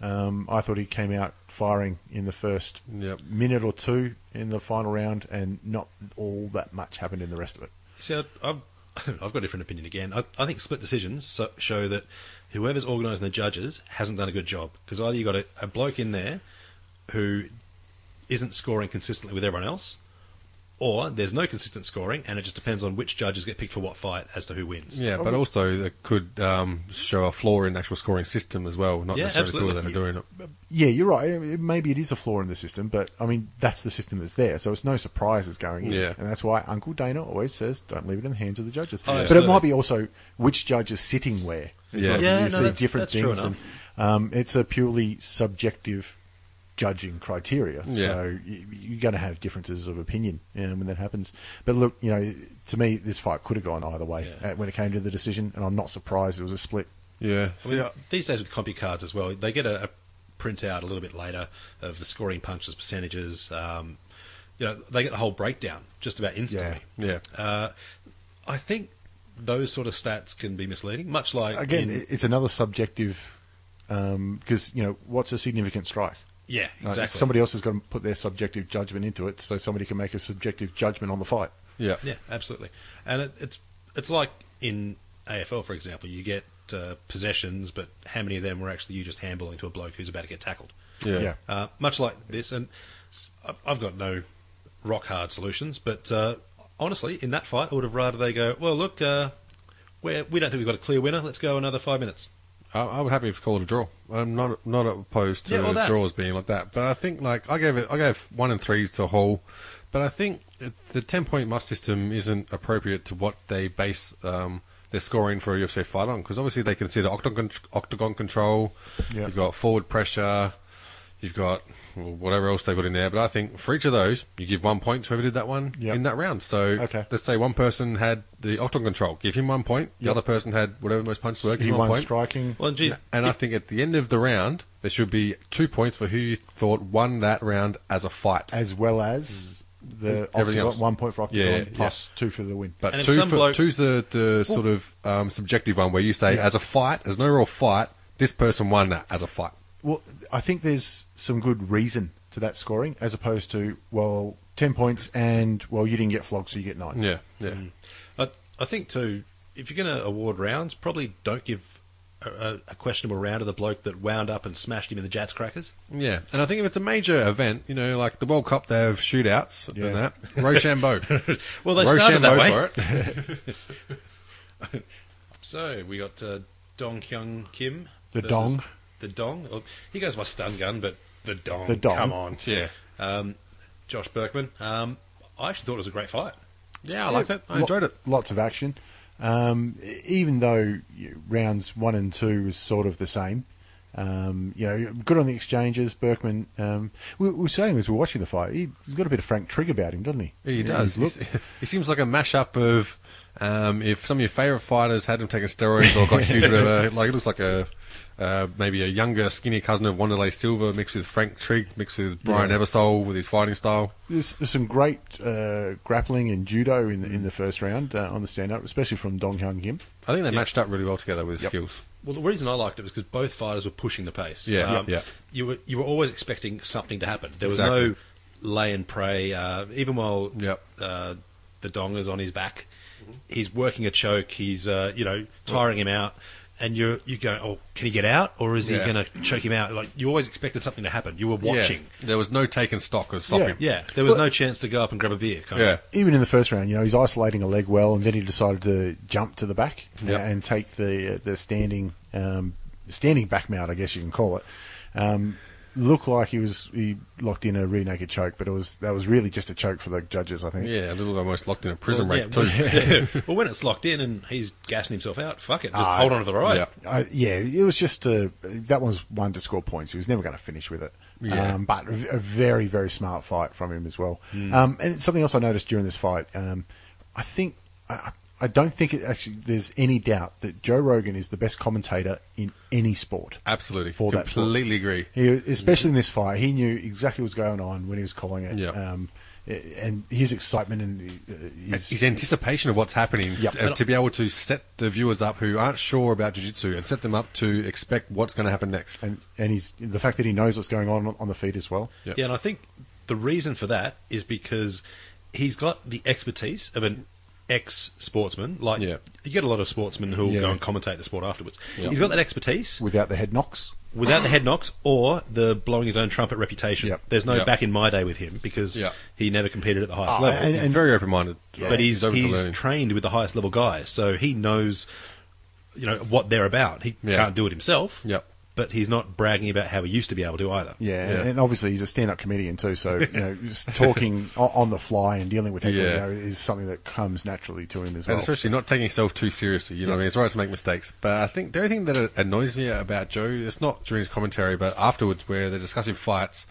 Speaker 3: Um, I thought he came out firing in the first
Speaker 5: Yep.
Speaker 3: minute or two in the final round, and not all that much happened in the rest of it.
Speaker 4: See, I- I've, I've got a different opinion again. I, I think split decisions so, show that whoever's organising the judges hasn't done a good job because either you got a, a bloke in there who isn't scoring consistently with everyone else, or there's no consistent scoring, and it just depends on which judges get picked for what fight as to who wins.
Speaker 5: yeah, but also that could um, show a flaw in the actual scoring system as well. Not
Speaker 4: Yeah,
Speaker 5: necessarily the people that are
Speaker 4: absolutely.
Speaker 5: doing it.
Speaker 3: Yeah, you're right. I mean, Maybe it is a flaw in the system, but I mean that's the system that's there, so it's no surprises going in.
Speaker 5: Yeah.
Speaker 3: and that's why Uncle Dana always says, "Don't leave it in the hands of the judges."
Speaker 4: Oh,
Speaker 3: but it
Speaker 4: absolutely.
Speaker 3: might be also which judge is sitting where. as
Speaker 5: Yeah.
Speaker 3: well, 'cause
Speaker 4: Yeah,
Speaker 3: you
Speaker 4: no,
Speaker 3: see
Speaker 4: that's-
Speaker 3: different
Speaker 4: that's true
Speaker 3: things. and, um, it's a purely subjective judging criteria,
Speaker 5: Yeah.
Speaker 3: so you, you're going to have differences of opinion um, when that happens. But look, you know, to me, this fight could have gone either way
Speaker 4: Yeah.
Speaker 3: uh, when it came to the decision, and I'm not surprised it was a split.
Speaker 5: Yeah,
Speaker 4: I mean,
Speaker 5: See, I-
Speaker 4: these days with compu cards as well, they get a, a printout a little bit later of the scoring punches, percentages. Um, you know, they get the whole breakdown just about instantly.
Speaker 5: yeah,
Speaker 4: Uh, I think those sort of stats can be misleading, much like
Speaker 3: Again,
Speaker 4: in-
Speaker 3: it it's another subjective. Because you know what's a significant strike?
Speaker 4: yeah,
Speaker 3: Like,
Speaker 4: exactly.
Speaker 3: Somebody else has got to put their subjective judgment into it, so somebody can make a subjective judgment on the fight.
Speaker 5: yeah,
Speaker 4: yeah, absolutely. And it, it's it's like in AFL, for example, you get uh, possessions, but how many of them were actually you just handballing to a bloke who's about to get tackled?
Speaker 5: yeah,
Speaker 3: Yeah.
Speaker 4: Uh, much like this, and I- I've got no rock hard solutions, but uh, honestly, in that fight, I would have rather they go, well, look, uh, we're, we don't think we've got a clear winner. Let's go another five minutes.
Speaker 5: I, I would happy if call it a draw. I'm not not opposed to
Speaker 4: Yeah, well, that-
Speaker 5: draws being like that, but I think like I gave it, I gave one and three to Hall, but I think it- the ten point must system isn't appropriate to what they base um, their scoring for a UFC fight on because obviously they consider octagon octagon control,
Speaker 3: Yeah.
Speaker 5: you've got forward pressure, you've got well, whatever else they've got in there. But I think for each of those, you give one point to whoever did that one
Speaker 3: Yeah.
Speaker 5: in that round. So
Speaker 3: Okay.
Speaker 5: let's say one person had the octagon control, give him one point. The
Speaker 3: Yeah.
Speaker 5: other person had whatever most punches were, give
Speaker 3: He
Speaker 5: him one
Speaker 3: won
Speaker 5: point.
Speaker 3: striking.
Speaker 4: Well, and geez,
Speaker 5: And I think at the end of the round, there should be two points for who you thought won that round as a fight.
Speaker 3: as well as the
Speaker 5: mm, Everything
Speaker 3: octagon,
Speaker 5: else.
Speaker 3: one point for octagon
Speaker 5: Yeah, yeah.
Speaker 3: plus two for the win.
Speaker 5: But
Speaker 4: And if
Speaker 5: two
Speaker 4: some
Speaker 5: for,
Speaker 4: bloke-
Speaker 5: two's the, the sort of um, subjective one where you say, as a fight, as an overall fight, this person won that as a fight.
Speaker 3: Well, I think there's some good reason to that scoring, as opposed to well, ten points and well, you didn't get flogged, so you get nine.
Speaker 5: Yeah, yeah.
Speaker 4: Mm. I, I think too, if you're going to award rounds, probably don't give a, a, a questionable round to the bloke that wound up and smashed him in the Jats crackers.
Speaker 5: Yeah, and I think if it's a major event, you know, like the World Cup, they have shootouts
Speaker 3: Yeah.
Speaker 5: and that. Rochambeau.
Speaker 4: Well, they started that way.
Speaker 5: for it.
Speaker 4: So we got uh, Dong Kyung Kim,
Speaker 3: The
Speaker 4: versus-
Speaker 3: Dong.
Speaker 4: the Dong. Well, he goes by stun gun, but the Dong.
Speaker 3: The Dong.
Speaker 4: Come on,
Speaker 5: Yeah.
Speaker 4: Um, Josh Berkman. Um, I actually thought it was a great fight.
Speaker 5: Yeah, I liked it. I
Speaker 3: Lo-
Speaker 5: enjoyed it.
Speaker 3: Lots of action. Um, e- even though you- rounds one and two was sort of the same, um, you know, good on the exchanges. Berkman, um, we, we were saying as we were watching the fight, he- he's got a bit of Frank Trigg about him, doesn't he?
Speaker 5: He
Speaker 3: Yeah,
Speaker 5: does.
Speaker 3: his look.
Speaker 5: He's- he seems like a mashup of Um, if some of your favorite fighters had him taking steroids or got huge, whatever, like it looks like a uh, maybe a younger, skinnier cousin of Wanderlei Silva mixed with Frank Trigg, mixed with Brian Ebersole with his fighting style.
Speaker 3: There's, there's some great uh, grappling and judo in the, in the first round uh, on the stand up, especially from Dong Hyun Kim.
Speaker 5: I think they matched up really well together with skills.
Speaker 4: Well, the reason I liked it was because both fighters were pushing the pace. Um,
Speaker 5: Yeah, yeah.
Speaker 4: You were you were always expecting something to happen. There was
Speaker 5: Exactly.
Speaker 4: no lay and pray. Uh, even while
Speaker 5: Yep.
Speaker 4: uh, the dong is on his back, he's working a choke. He's uh, you know tiring him out, and you're you go, oh, can he get out, or is he
Speaker 5: Yeah.
Speaker 4: going to choke him out? Like you always expected something to happen. You were watching.
Speaker 5: Yeah. There was no taking stock of stopping.
Speaker 4: Yeah, there was no chance to go up and grab a beer. Kind
Speaker 5: Yeah.
Speaker 4: Of.
Speaker 3: Even in the first round, you know, he's isolating a leg well, and then he decided to jump to the back
Speaker 5: Yeah.
Speaker 3: and take the uh, the standing um, standing back mount, I guess you can call it. Um, looked like he was he locked in a rear naked choke, but it was that was really just a choke for the judges, I think.
Speaker 5: Yeah, a little almost locked in a prison
Speaker 4: Well,
Speaker 5: rape too.
Speaker 4: yeah, well, well, when it's locked in and he's gassing himself out, fuck it, just hold on to the ride.
Speaker 5: Ah, Yeah.
Speaker 3: Uh, yeah, it was just uh that was one to score points. He was never going to finish with it.
Speaker 5: Yeah. Hmm.
Speaker 3: Um, but a a very, very smart fight from him as well. Um, and something else I noticed during this fight, um, I think, I, I don't think it actually there's any doubt that Joe Rogan is the best commentator in any sport.
Speaker 5: Absolutely.
Speaker 3: For that sport.
Speaker 5: Completely agree.
Speaker 3: He, especially in this fight, he knew exactly what was going on when he was calling it.
Speaker 5: Yeah.
Speaker 3: Um, and his excitement and uh, his,
Speaker 5: His anticipation of what's happening
Speaker 3: Yep.
Speaker 5: and to be able to set the viewers up who aren't sure about jiu-jitsu and set them up to expect what's going to happen next.
Speaker 3: and, and he's the fact that he knows what's going on on the feed as well.
Speaker 5: Yeah.
Speaker 4: Yeah, and I think the reason for that is because he's got the expertise of an ex sportsman. Like,
Speaker 5: Yeah.
Speaker 4: you get a lot of sportsmen who'll
Speaker 3: Yeah.
Speaker 4: go and commentate the sport afterwards. He's got that expertise
Speaker 3: Without the head knocks,
Speaker 4: without the head knocks or the blowing his own trumpet reputation.
Speaker 3: Yep.
Speaker 4: There's no
Speaker 5: Yep.
Speaker 4: back in my day with him because
Speaker 5: Yeah.
Speaker 4: he never competed at the highest
Speaker 3: Oh,
Speaker 4: level.
Speaker 3: and- and-
Speaker 5: very open-minded.
Speaker 4: but he's
Speaker 5: open to
Speaker 4: he's
Speaker 5: learning.
Speaker 4: trained with the highest level guys, so he knows, you know, what they're about. He
Speaker 5: Yeah.
Speaker 4: can't do it himself.
Speaker 5: Yep.
Speaker 4: But he's not bragging about how he used to be able to either.
Speaker 3: Yeah,
Speaker 5: Yeah.
Speaker 3: And, and obviously he's a stand-up comedian too, so you know, just talking o- on the fly and dealing with heckles
Speaker 5: Yeah.
Speaker 3: you know, is something that comes naturally to him as well.
Speaker 5: And especially not taking yourself too seriously. You know what I mean? It's right to make mistakes. But I think the only thing that annoys me about Joe, it's not during his commentary, but afterwards where they're discussing fights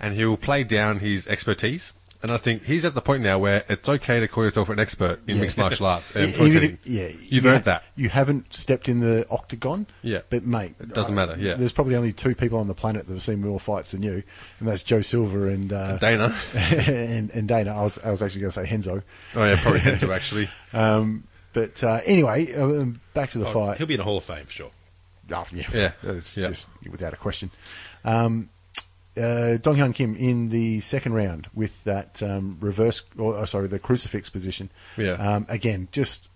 Speaker 5: and he'll play down his expertise. And I think he's at the point now where it's okay to call yourself an expert in mixed martial arts and
Speaker 3: E- even
Speaker 5: protein.
Speaker 3: if- yeah,
Speaker 5: You've
Speaker 3: you
Speaker 5: earned
Speaker 3: ha-
Speaker 5: that.
Speaker 3: You haven't stepped in the octagon.
Speaker 5: Yeah.
Speaker 3: but mate,
Speaker 5: It doesn't matter, yeah.
Speaker 3: there's probably only two people on the planet that have seen more fights than you, and that's Joe Silver and uh,
Speaker 5: Dana.
Speaker 3: and, and Dana. I was I was actually going to say Henzo,
Speaker 5: Oh, yeah, probably had to actually.
Speaker 3: but uh, anyway, um, back to the
Speaker 4: Oh,
Speaker 3: fight.
Speaker 4: He'll be in a Hall of Fame for sure.
Speaker 3: Oh, yeah.
Speaker 5: Yeah.
Speaker 3: It's
Speaker 5: Yeah.
Speaker 3: just without a question. Um, uh, Dong Hyun Kim in the second round with that um, reverse, or oh, sorry, the crucifix position.
Speaker 5: Yeah.
Speaker 3: Um, again, just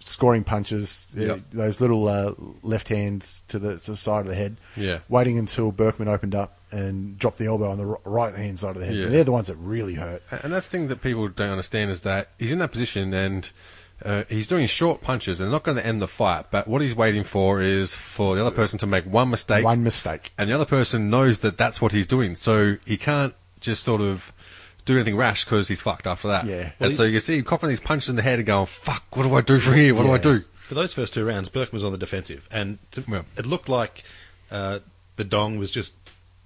Speaker 3: scoring punches, uh,
Speaker 5: Yep.
Speaker 3: those little uh, left hands to the, to the side of the head.
Speaker 5: Yeah.
Speaker 3: Waiting until Berkman opened up and dropped the elbow on the r- right hand side of the head.
Speaker 5: Yeah.
Speaker 3: They're the ones that really hurt.
Speaker 5: And that's the thing that people don't understand is that he's in that position and uh, he's doing short punches and not going to end the fight. But what he's waiting for is for the other person to make one mistake.
Speaker 3: One mistake.
Speaker 5: and the other person knows that that's what he's doing, so he can't just sort of do anything rash because he's fucked after that.
Speaker 3: Yeah.
Speaker 5: and so you can see him copping these punches in the head and going, "Fuck, what do I do from here? What
Speaker 3: Yeah.
Speaker 5: do I do?"
Speaker 4: For those first two rounds, Burke was on the defensive, and to,
Speaker 5: Yeah.
Speaker 4: it looked like uh, the Dong was just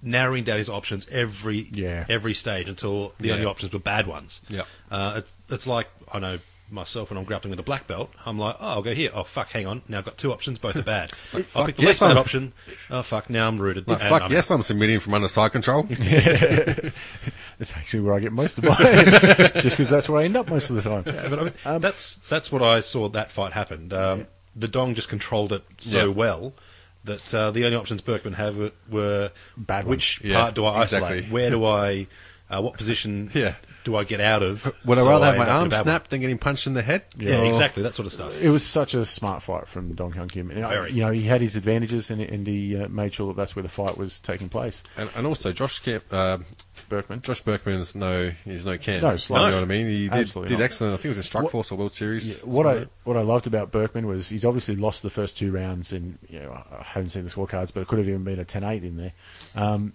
Speaker 4: narrowing down his options every
Speaker 3: Yeah.
Speaker 4: every stage until the
Speaker 5: Yeah.
Speaker 4: only options were bad ones.
Speaker 5: Yeah.
Speaker 4: uh, it's it's like I know myself when I'm grappling with a black belt, I'm like, oh, I'll go here. Oh fuck, hang on, now I've got two options, both are bad. I'll
Speaker 5: fuck,
Speaker 4: pick the
Speaker 5: yes,
Speaker 4: least bad
Speaker 5: I'm-
Speaker 4: option. Oh fuck, now I'm rooted.
Speaker 5: Like,
Speaker 4: and
Speaker 5: fuck,
Speaker 4: I'm
Speaker 5: yes, I'm submitting from under side control.
Speaker 3: That's actually where I get most of mine, just because that's where I end up most of the time.
Speaker 4: Yeah, but I mean,
Speaker 3: Um,
Speaker 4: that's that's what I saw that fight happened. Um, The Dong just controlled it so
Speaker 5: Yeah.
Speaker 4: well that uh, the only options Berkman had were, were
Speaker 3: Bad
Speaker 4: which
Speaker 5: ones. Yeah,
Speaker 4: part do I isolate?
Speaker 5: exactly.
Speaker 4: Where do I? Uh, what position
Speaker 5: Yeah.
Speaker 4: do I get out of?
Speaker 5: Would I
Speaker 4: so
Speaker 5: rather have
Speaker 4: end
Speaker 5: my
Speaker 4: up in a
Speaker 5: arm
Speaker 4: bad one?
Speaker 5: snapped than getting punched in the head?
Speaker 4: Yeah,
Speaker 3: Oh.
Speaker 5: Or-
Speaker 4: exactly. That sort of stuff.
Speaker 3: It was such a smart fight from Dong Hyun Kim. And, uh,
Speaker 4: Very.
Speaker 3: You know, he had his advantages and, and he uh, made sure that that's where the fight was taking place.
Speaker 5: And, and also, Josh Kemp, uh,
Speaker 3: Berkman.
Speaker 5: Josh Berkman's no, he's no Kemp.
Speaker 3: No,
Speaker 5: You
Speaker 3: slightly.
Speaker 5: know what I mean? He did,
Speaker 3: Absolutely
Speaker 5: did
Speaker 3: not.
Speaker 5: excellent. I think it was in Strike
Speaker 3: What-
Speaker 5: Force or World Series.
Speaker 3: Yeah, what I
Speaker 5: something
Speaker 3: what I loved about Berkman was he's obviously lost the first two rounds, and you know I I haven't seen the scorecards, but it could have even been a 10-8 in there. Um,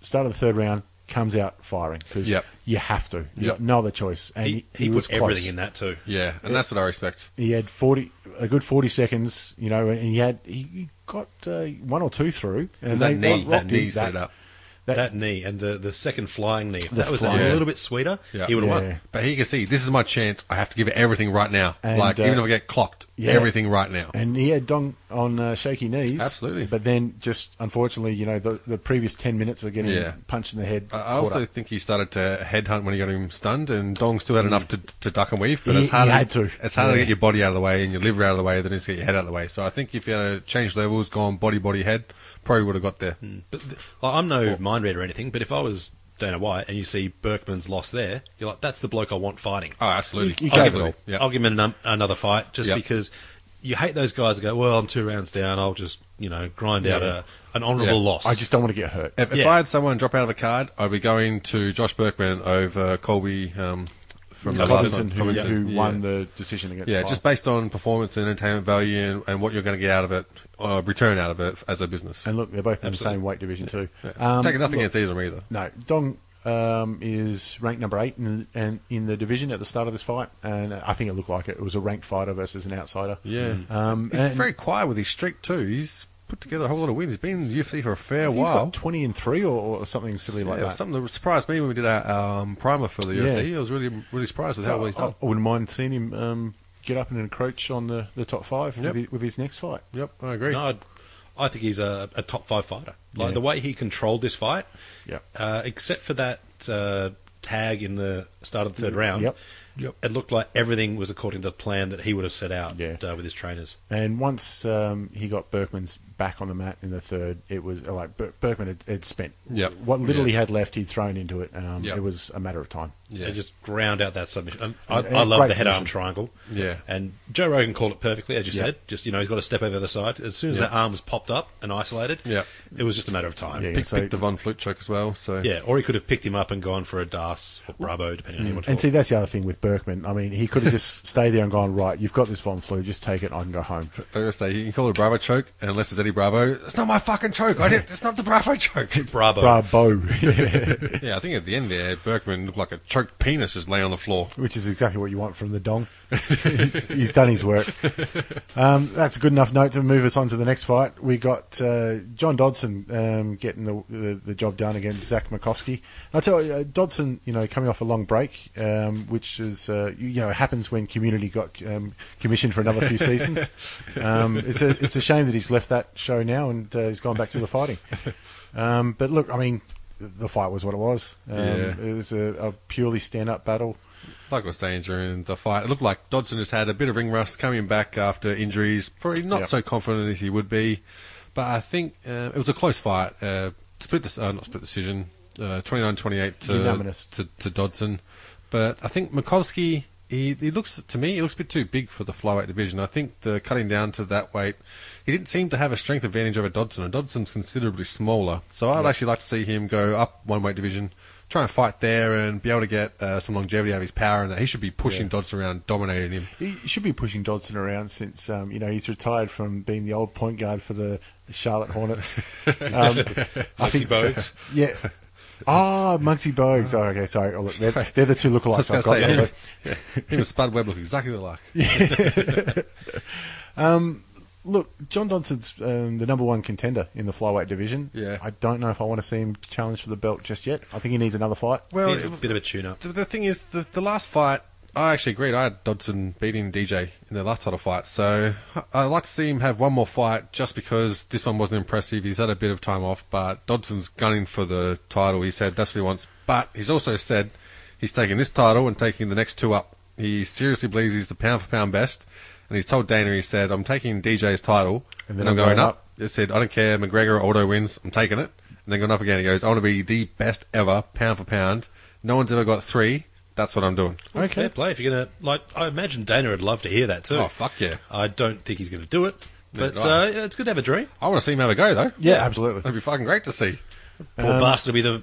Speaker 3: start of the third round comes out firing because
Speaker 5: Yep.
Speaker 3: you have to. You
Speaker 5: Yep.
Speaker 3: got no other choice, and
Speaker 4: He,
Speaker 3: he,
Speaker 4: he,
Speaker 3: was
Speaker 4: put
Speaker 3: close.
Speaker 4: everything in that too.
Speaker 5: like that. Yeah, and that's what I respect.
Speaker 3: he had 40 a good 40 seconds you know and he had he he got uh, one or two through and
Speaker 5: that
Speaker 3: they
Speaker 5: knee-
Speaker 3: rocked
Speaker 5: that knee
Speaker 3: him
Speaker 5: set it up.
Speaker 4: That, knee and the, the second flying knee. If that was
Speaker 3: flying-
Speaker 4: a little bit sweeter,
Speaker 5: Yeah.
Speaker 4: he would have
Speaker 3: Yeah.
Speaker 4: won.
Speaker 5: But he can see this is my chance. I have to give it everything right now.
Speaker 3: And,
Speaker 5: like
Speaker 3: uh,
Speaker 5: even if I get clocked,
Speaker 3: yeah.
Speaker 5: everything right now.
Speaker 3: And he had Dong on uh, shaky knees.
Speaker 5: Absolutely.
Speaker 3: But then just, unfortunately, you know, the, the previous 10 minutes are getting
Speaker 5: Yeah.
Speaker 3: punched in the head.
Speaker 5: I I
Speaker 3: caught
Speaker 5: also
Speaker 3: up.
Speaker 5: think he started to headhunt when he got him stunned, and Dong still had enough to, to duck and weave. But
Speaker 3: Mm. He-
Speaker 5: it's harder,
Speaker 3: he had to.
Speaker 5: It's harder to
Speaker 3: Yeah.
Speaker 5: get your body out of the way and your liver out of the way than it is to get your head out of the way. So I think if you had a changed levels, gone body, body, head, probably would have got there.
Speaker 3: Mm.
Speaker 4: But th- like, I'm no mind reader or anything, but if I was Dana White and you see Berkman's loss there, you're like, that's the bloke I want fighting.
Speaker 5: Oh, absolutely.
Speaker 3: He- he
Speaker 4: I'll,
Speaker 3: gave
Speaker 4: give,
Speaker 5: absolutely. Yeah.
Speaker 4: I'll give him an, another fight just
Speaker 5: Yeah.
Speaker 4: because you hate those guys that go, well, I'm two rounds down. I'll just, you know, grind out a, an honourable
Speaker 5: Yeah.
Speaker 4: loss.
Speaker 3: I just don't want to get hurt.
Speaker 5: If, if
Speaker 4: Yeah.
Speaker 5: I had someone drop out of a card, I'd be going to Josh Berkman over Colby um, from the last
Speaker 3: Covington,
Speaker 5: one.
Speaker 3: who, who
Speaker 5: Yeah.
Speaker 3: won the decision against
Speaker 5: Yeah,
Speaker 3: Pyle.
Speaker 5: just based on performance and entertainment value and, and what you're going to get out of it, uh, return out of it as a business.
Speaker 3: And look, they're both in
Speaker 4: Absolutely.
Speaker 3: the same weight division, too. Um,
Speaker 5: Yeah. Taking nothing against either of them either.
Speaker 3: No, Dong um, is ranked number eight in, and in the division at the start of this fight, and I think it looked like it. It was a ranked fighter versus an outsider.
Speaker 5: Yeah.
Speaker 3: um,
Speaker 5: He's
Speaker 3: and
Speaker 5: very quiet with his streak too. He's put together a whole lot of wins. He's been in the UFC for a fair
Speaker 3: I think he's
Speaker 5: while.
Speaker 3: got twenty and three or, or something silly like
Speaker 5: Yeah,
Speaker 3: that.
Speaker 5: Something that surprised me when we did our um, primer for the
Speaker 3: Yeah. oh,
Speaker 5: UFC. I was really, really surprised with how well he's
Speaker 3: I,
Speaker 5: done.
Speaker 3: I wouldn't mind seeing him um, get up and encroach on the, the top five
Speaker 5: Yep.
Speaker 3: with, his, with his next fight.
Speaker 5: Yep, I agree.
Speaker 4: No, I'd, I think he's a, a top five fighter. Like
Speaker 3: Yeah.
Speaker 4: the way he controlled this fight,
Speaker 3: Yeah.
Speaker 4: uh, except for that uh, tag in the start of the third round.
Speaker 3: Yep.
Speaker 5: Yep.
Speaker 4: It looked like everything was according to the plan that he would have set out
Speaker 3: Yeah.
Speaker 4: uh, with his trainers.
Speaker 3: And once um, he got Berkman's back on the mat in the third, it was uh, like Ber- Berkman had, had spent
Speaker 5: Yep.
Speaker 3: what little
Speaker 5: Yeah.
Speaker 3: he had left, he'd thrown into it. Um,
Speaker 5: Yep.
Speaker 3: It was a matter of time.
Speaker 5: Yeah.
Speaker 4: They just ground out that submission. And I,
Speaker 3: Yeah,
Speaker 4: I love
Speaker 3: great
Speaker 4: the head arm
Speaker 3: submission.
Speaker 4: triangle.
Speaker 5: Yeah.
Speaker 4: And Joe Rogan called it perfectly, as you
Speaker 3: Yeah.
Speaker 4: said. Just, you know, he's got to step over the side. As soon as
Speaker 5: Yeah.
Speaker 4: that arm was popped up and isolated,
Speaker 5: Yeah.
Speaker 4: it was just a matter of time.
Speaker 3: Yeah.
Speaker 4: Yeah.
Speaker 5: Pick,
Speaker 3: so-
Speaker 5: pick the Von Flute choke as well. So
Speaker 4: or he could have picked him up and gone for a Das or Bravo, depending on how you want to
Speaker 3: And
Speaker 4: call
Speaker 3: see,
Speaker 4: it.
Speaker 3: that's the other thing with Berkman. I mean, he could have just stayed there and gone, right, you've got this Von Flu, just take it, I can go home.
Speaker 5: Like I say, you can call it a Bravo choke, and unless it's Eddie Bravo, it's not my fucking choke. I didn't, it's not the Bravo choke.
Speaker 4: Bravo.
Speaker 3: Bravo.
Speaker 5: yeah, I think at the end there, Berkman looked like a choked penis just laying on the floor.
Speaker 3: Which is exactly what you want from the Dong. He's done his work. Um, that's a good enough note to move us on to the next fight. We got uh, John Dodson um, getting the, the the job done against Zach Makowski. And I tell you, uh, Dodson, you know, coming off a long break, um, which is uh, you, you know happens when Community got um, commissioned for another few seasons. Um, it's a it's a shame that he's left that show now and uh, he's gone back to the fighting. Um, but look, I mean, the fight was what it was. Um,
Speaker 5: Yeah.
Speaker 3: It was a, a purely stand up battle.
Speaker 5: Like I was saying during the fight, it looked like Dodson has had a bit of ring rust coming back after injuries. Probably not
Speaker 3: Yep.
Speaker 5: so confident as he would be, but I think uh, it was a close fight. Uh, split, dec- uh, not split decision, uh, 29-28
Speaker 3: Unanimous.
Speaker 5: to, to to Dodson. But I think Mikovsky, he, he looks to me, he looks a bit too big for the flyweight division. I think the cutting down to that weight, he didn't seem to have a strength advantage over Dodson, and Dodson's considerably smaller. So I'd actually like to see him go up one weight division, try and fight there, and be able to get uh, some longevity out of his power, and that he should be pushing Dodson around, dominating him.
Speaker 3: He should be pushing Dodson around since um, you know he's retired from being the old point guard for the Charlotte Hornets. Um, I think,
Speaker 4: Bogues.
Speaker 3: yeah. Ah, Muggsy Bogues. Oh, okay, sorry. Oh, look, they're, they're the two
Speaker 5: I was
Speaker 3: lookalikes
Speaker 5: going
Speaker 3: I've got.
Speaker 5: to say,
Speaker 3: there,
Speaker 5: him,
Speaker 3: but-
Speaker 5: him and Spud Webb look exactly alike.
Speaker 3: Look, John Dodson's um, the number one contender in the flyweight division.
Speaker 5: Yeah.
Speaker 3: I don't know if I want to see him challenge for the belt just yet. I think he needs another fight.
Speaker 5: Well,
Speaker 4: He's a bit of a tune-up.
Speaker 5: The, the thing is, the, the last fight, I actually agreed. I had Dodson beating DJ in their last title fight, so I- I'd like to see him have one more fight just because this one wasn't impressive. He's had a bit of time off, but Dodson's gunning for the title. He said that's what he wants, but he's also said he's taking this title and taking the next two up. He seriously believes he's the pound for pound best, and he's told Dana, he said, I'm taking DJ's title
Speaker 3: And then I'm going up.
Speaker 5: it said, I don't care, McGregor or Aldo wins, I'm taking it. And then gone up again, he goes, I want to be the best ever, pound for pound. No one's ever got three. That's what I'm doing.
Speaker 4: Well,
Speaker 3: Okay.
Speaker 4: Fair play. If you're gonna like, I imagine Dana would love to hear that too.
Speaker 5: Oh, fuck yeah.
Speaker 4: I don't think he's gonna do it, but
Speaker 5: Neither do I.
Speaker 4: uh, yeah, it's good to have a dream.
Speaker 5: I want to see him have a go, though.
Speaker 3: Yeah, absolutely.
Speaker 5: That'd be fucking great to see.
Speaker 4: Poor bastard will be the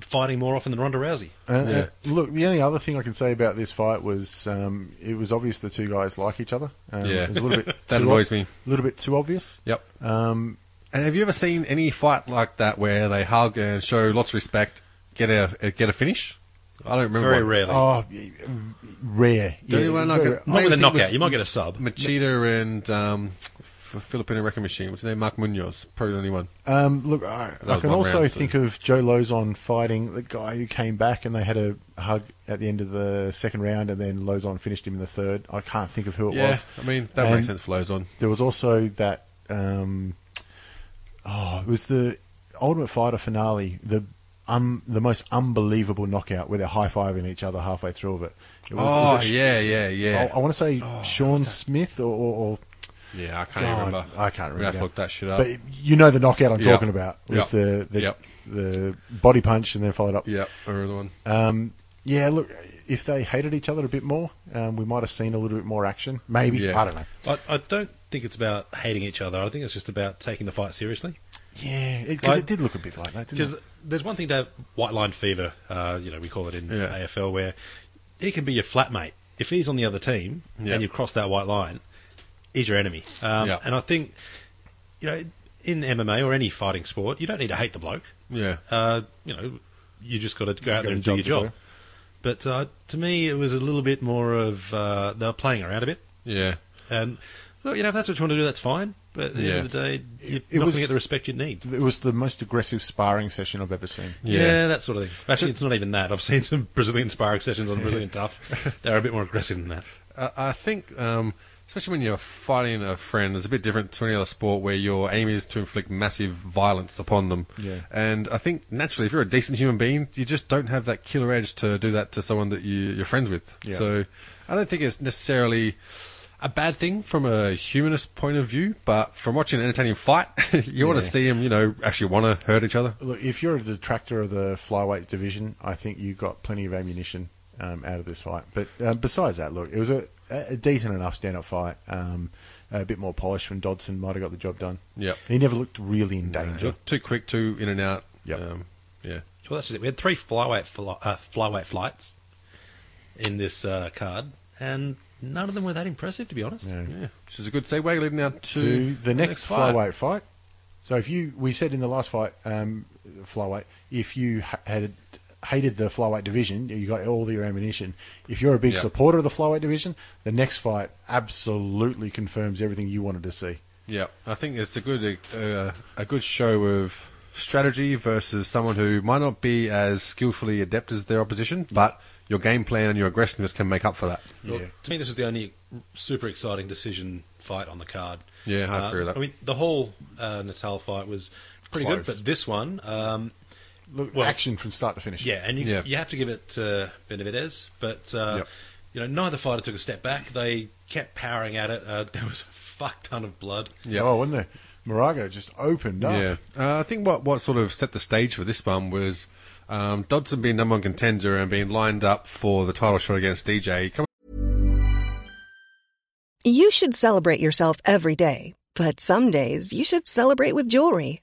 Speaker 4: fighting more often than Ronda Rousey.
Speaker 3: Uh, uh, look, the only other thing I can say about this fight was um, it was obvious the two guys like each other. Um,
Speaker 5: Yeah.
Speaker 3: it was a little bit
Speaker 5: That
Speaker 3: too
Speaker 5: annoys me.
Speaker 3: A little bit too obvious.
Speaker 5: Yep.
Speaker 3: Um,
Speaker 5: And have you ever seen any fight like that where they hug and show lots of respect, get a uh, get a finish? I don't remember.
Speaker 4: Very
Speaker 5: one.
Speaker 4: rarely.
Speaker 3: Oh, y- rare.
Speaker 5: The only one I
Speaker 3: very-
Speaker 4: Not with
Speaker 5: could-
Speaker 4: a
Speaker 5: maybe it was
Speaker 4: knockout. You might get a sub.
Speaker 5: Machida and um, Filipino Wrecking Machine. What's his name? Mark Munoz. Probably the only one.
Speaker 3: Um, look, I, I
Speaker 5: was
Speaker 3: can
Speaker 5: one
Speaker 3: also
Speaker 5: round, so-
Speaker 3: think of Joe Lozon fighting the guy who came back and they had a hug at the end of the second round, and then Lozon finished him in the third. I can't think of who it
Speaker 5: yeah,
Speaker 3: was.
Speaker 5: I mean that
Speaker 3: And
Speaker 5: makes sense for Lozon.
Speaker 3: There was also that. Um, oh, it was the Ultimate Fighter finale. The um, the most unbelievable knockout where they're high fiving each other halfway through of it. it
Speaker 5: Oh,
Speaker 3: a sh-
Speaker 5: yeah,
Speaker 3: it was-
Speaker 5: yeah, yeah. Oh,
Speaker 3: I, want to say Sean Smith or, or, or
Speaker 5: Yeah, I can't even
Speaker 3: God,
Speaker 5: remember.
Speaker 3: I can't
Speaker 5: We'd have
Speaker 3: remember.
Speaker 5: to look that shit up.
Speaker 3: But you know the knockout I'm
Speaker 5: Yeah.
Speaker 3: talking about with
Speaker 5: Yeah.
Speaker 3: the the,
Speaker 5: Yeah.
Speaker 3: the body punch and then followed up.
Speaker 5: yeah, I remember the one.
Speaker 3: Um, yeah, look, if they hated each other a bit more, um, we might have seen a little bit more action. Maybe
Speaker 5: Yeah.
Speaker 3: I don't know.
Speaker 4: I, I don't think it's about hating each other. I think it's just about taking the fight seriously.
Speaker 3: Yeah, because
Speaker 4: Like-
Speaker 3: it did look a bit like that. Didn't
Speaker 4: Because
Speaker 3: it?
Speaker 4: there's one thing to have white line fever, uh, you know, we call it in
Speaker 5: Yeah.
Speaker 4: AFL, where he can be your flatmate. If he's on the other team
Speaker 5: Yeah.
Speaker 4: and you cross that white line, he's your enemy. Um,
Speaker 5: Yeah.
Speaker 4: And I think, you know, in MMA or any fighting sport, you don't need to hate the bloke.
Speaker 5: Yeah,
Speaker 4: Uh, you know, you just got to go out
Speaker 3: got
Speaker 4: there
Speaker 3: a
Speaker 4: and
Speaker 3: job
Speaker 4: do your
Speaker 3: to do.
Speaker 4: job. But uh, to me, it was a little bit more of uh, they were playing around a bit.
Speaker 5: yeah.
Speaker 4: And, look, you know, if that's what you want to do, that's fine. But at the
Speaker 5: Yeah.
Speaker 4: end of the day, you're
Speaker 3: it
Speaker 4: not going
Speaker 3: was-
Speaker 4: to get the respect you need.
Speaker 3: It was the most aggressive sparring session I've ever seen.
Speaker 4: Yeah.
Speaker 5: Yeah.
Speaker 4: that sort of thing. Actually, it's not even that. I've seen some Brazilian sparring sessions on Brazilian Tough. They're a bit more aggressive than that.
Speaker 5: I I think, um, especially when you're fighting a friend, it's a bit different to any other sport where your aim is to inflict massive violence upon them.
Speaker 3: Yeah.
Speaker 5: And I think naturally, if you're a decent human being, you just don't have that killer edge to do that to someone that you, you're friends with.
Speaker 3: Yeah.
Speaker 5: So I don't think it's necessarily a bad thing from a humanist point of view, but from watching an entertaining fight, you want to see them, you know, actually want to hurt each other.
Speaker 3: Look, if you're a detractor of the flyweight division, I think you got plenty of ammunition um, out of this fight. But um, besides that, look, it was a, a decent enough stand-up fight. Um, a bit more polish from Dodson might have got the job done.
Speaker 5: Yep.
Speaker 3: he never looked really in danger.
Speaker 5: Look, too quick, too in and out.
Speaker 3: Yep.
Speaker 5: Um, yeah.
Speaker 4: Well, that's just it. We had three flyweight fly, uh, flyweight flights in this uh, card, and none of them were that impressive, to be honest.
Speaker 3: No.
Speaker 5: Yeah. Which is a good segue leading now to,
Speaker 3: to the next,
Speaker 5: fight.
Speaker 3: flyweight fight. So if you, we said in the last fight, um, flyweight, if you ha- had hated the flyweight division, you got all your ammunition. If you're a big
Speaker 5: Yeah.
Speaker 3: supporter of the flyweight division, the next fight absolutely confirms everything you wanted to see.
Speaker 5: Yeah, I think it's a good uh, a good show of strategy versus someone who might not be as skillfully adept as their opposition, but your game plan and your aggressiveness can make up for that.
Speaker 4: Look, To me, this is the only super exciting decision fight on the card.
Speaker 5: Yeah, I
Speaker 4: Uh,
Speaker 5: agree with that.
Speaker 4: I mean, the whole uh, Natal fight was pretty good,
Speaker 3: Close.
Speaker 4: but this one, um,
Speaker 3: Look,
Speaker 4: Well-
Speaker 3: action from start to finish.
Speaker 4: Yeah, and you,
Speaker 5: Yeah.
Speaker 4: you have to give it to Benavidez, but uh,
Speaker 5: Yep.
Speaker 4: you know neither fighter took a step back. They kept powering at it. Uh, there was a fuck ton of blood.
Speaker 5: Yeah.
Speaker 3: Oh, wasn't there? Morago just opened up.
Speaker 5: Yeah, uh, I think what, what sort of set the stage for this one was um, Dodson being number one contender and being lined up for the title shot against DJ. Coming
Speaker 6: You should celebrate yourself every day, but some days you should celebrate with jewelry.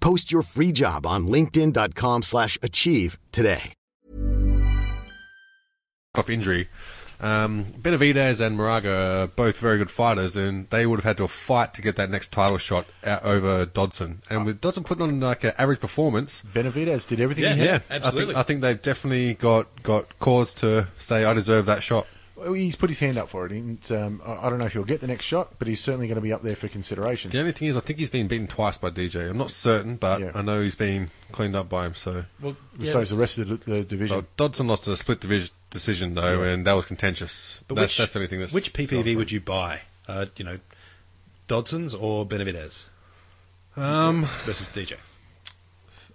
Speaker 7: Post your free job on linkedin.com/achieve slash achieve today.
Speaker 5: off injury. Um, Benavidez and Moraga are both very good fighters, and they would have had to fight to get that next title shot out over Dodson. And with Dodson putting on like an average performance,
Speaker 3: Benavidez did everything he had.
Speaker 5: yeah,
Speaker 4: absolutely.
Speaker 5: I think, I think they've definitely got, got cause to say I deserve that shot.
Speaker 3: Well, He's put his hand up for it. And, um, I I don't know if he'll get the next shot, but he's certainly going to be up there for consideration.
Speaker 5: The only thing is, I think he's been beaten twice by DJ. I'm not certain, but
Speaker 3: Yeah.
Speaker 5: I know he's been cleaned up by him. So
Speaker 4: Well,
Speaker 3: So is the rest of the, the division.
Speaker 5: Well, Dodson lost a split division decision though, and that was contentious. that's, that's the only thing that's
Speaker 4: which PPV
Speaker 5: self-reported.
Speaker 4: would you buy? Uh, you know, Dodson's or Benavidez
Speaker 5: Um,
Speaker 4: versus DJ.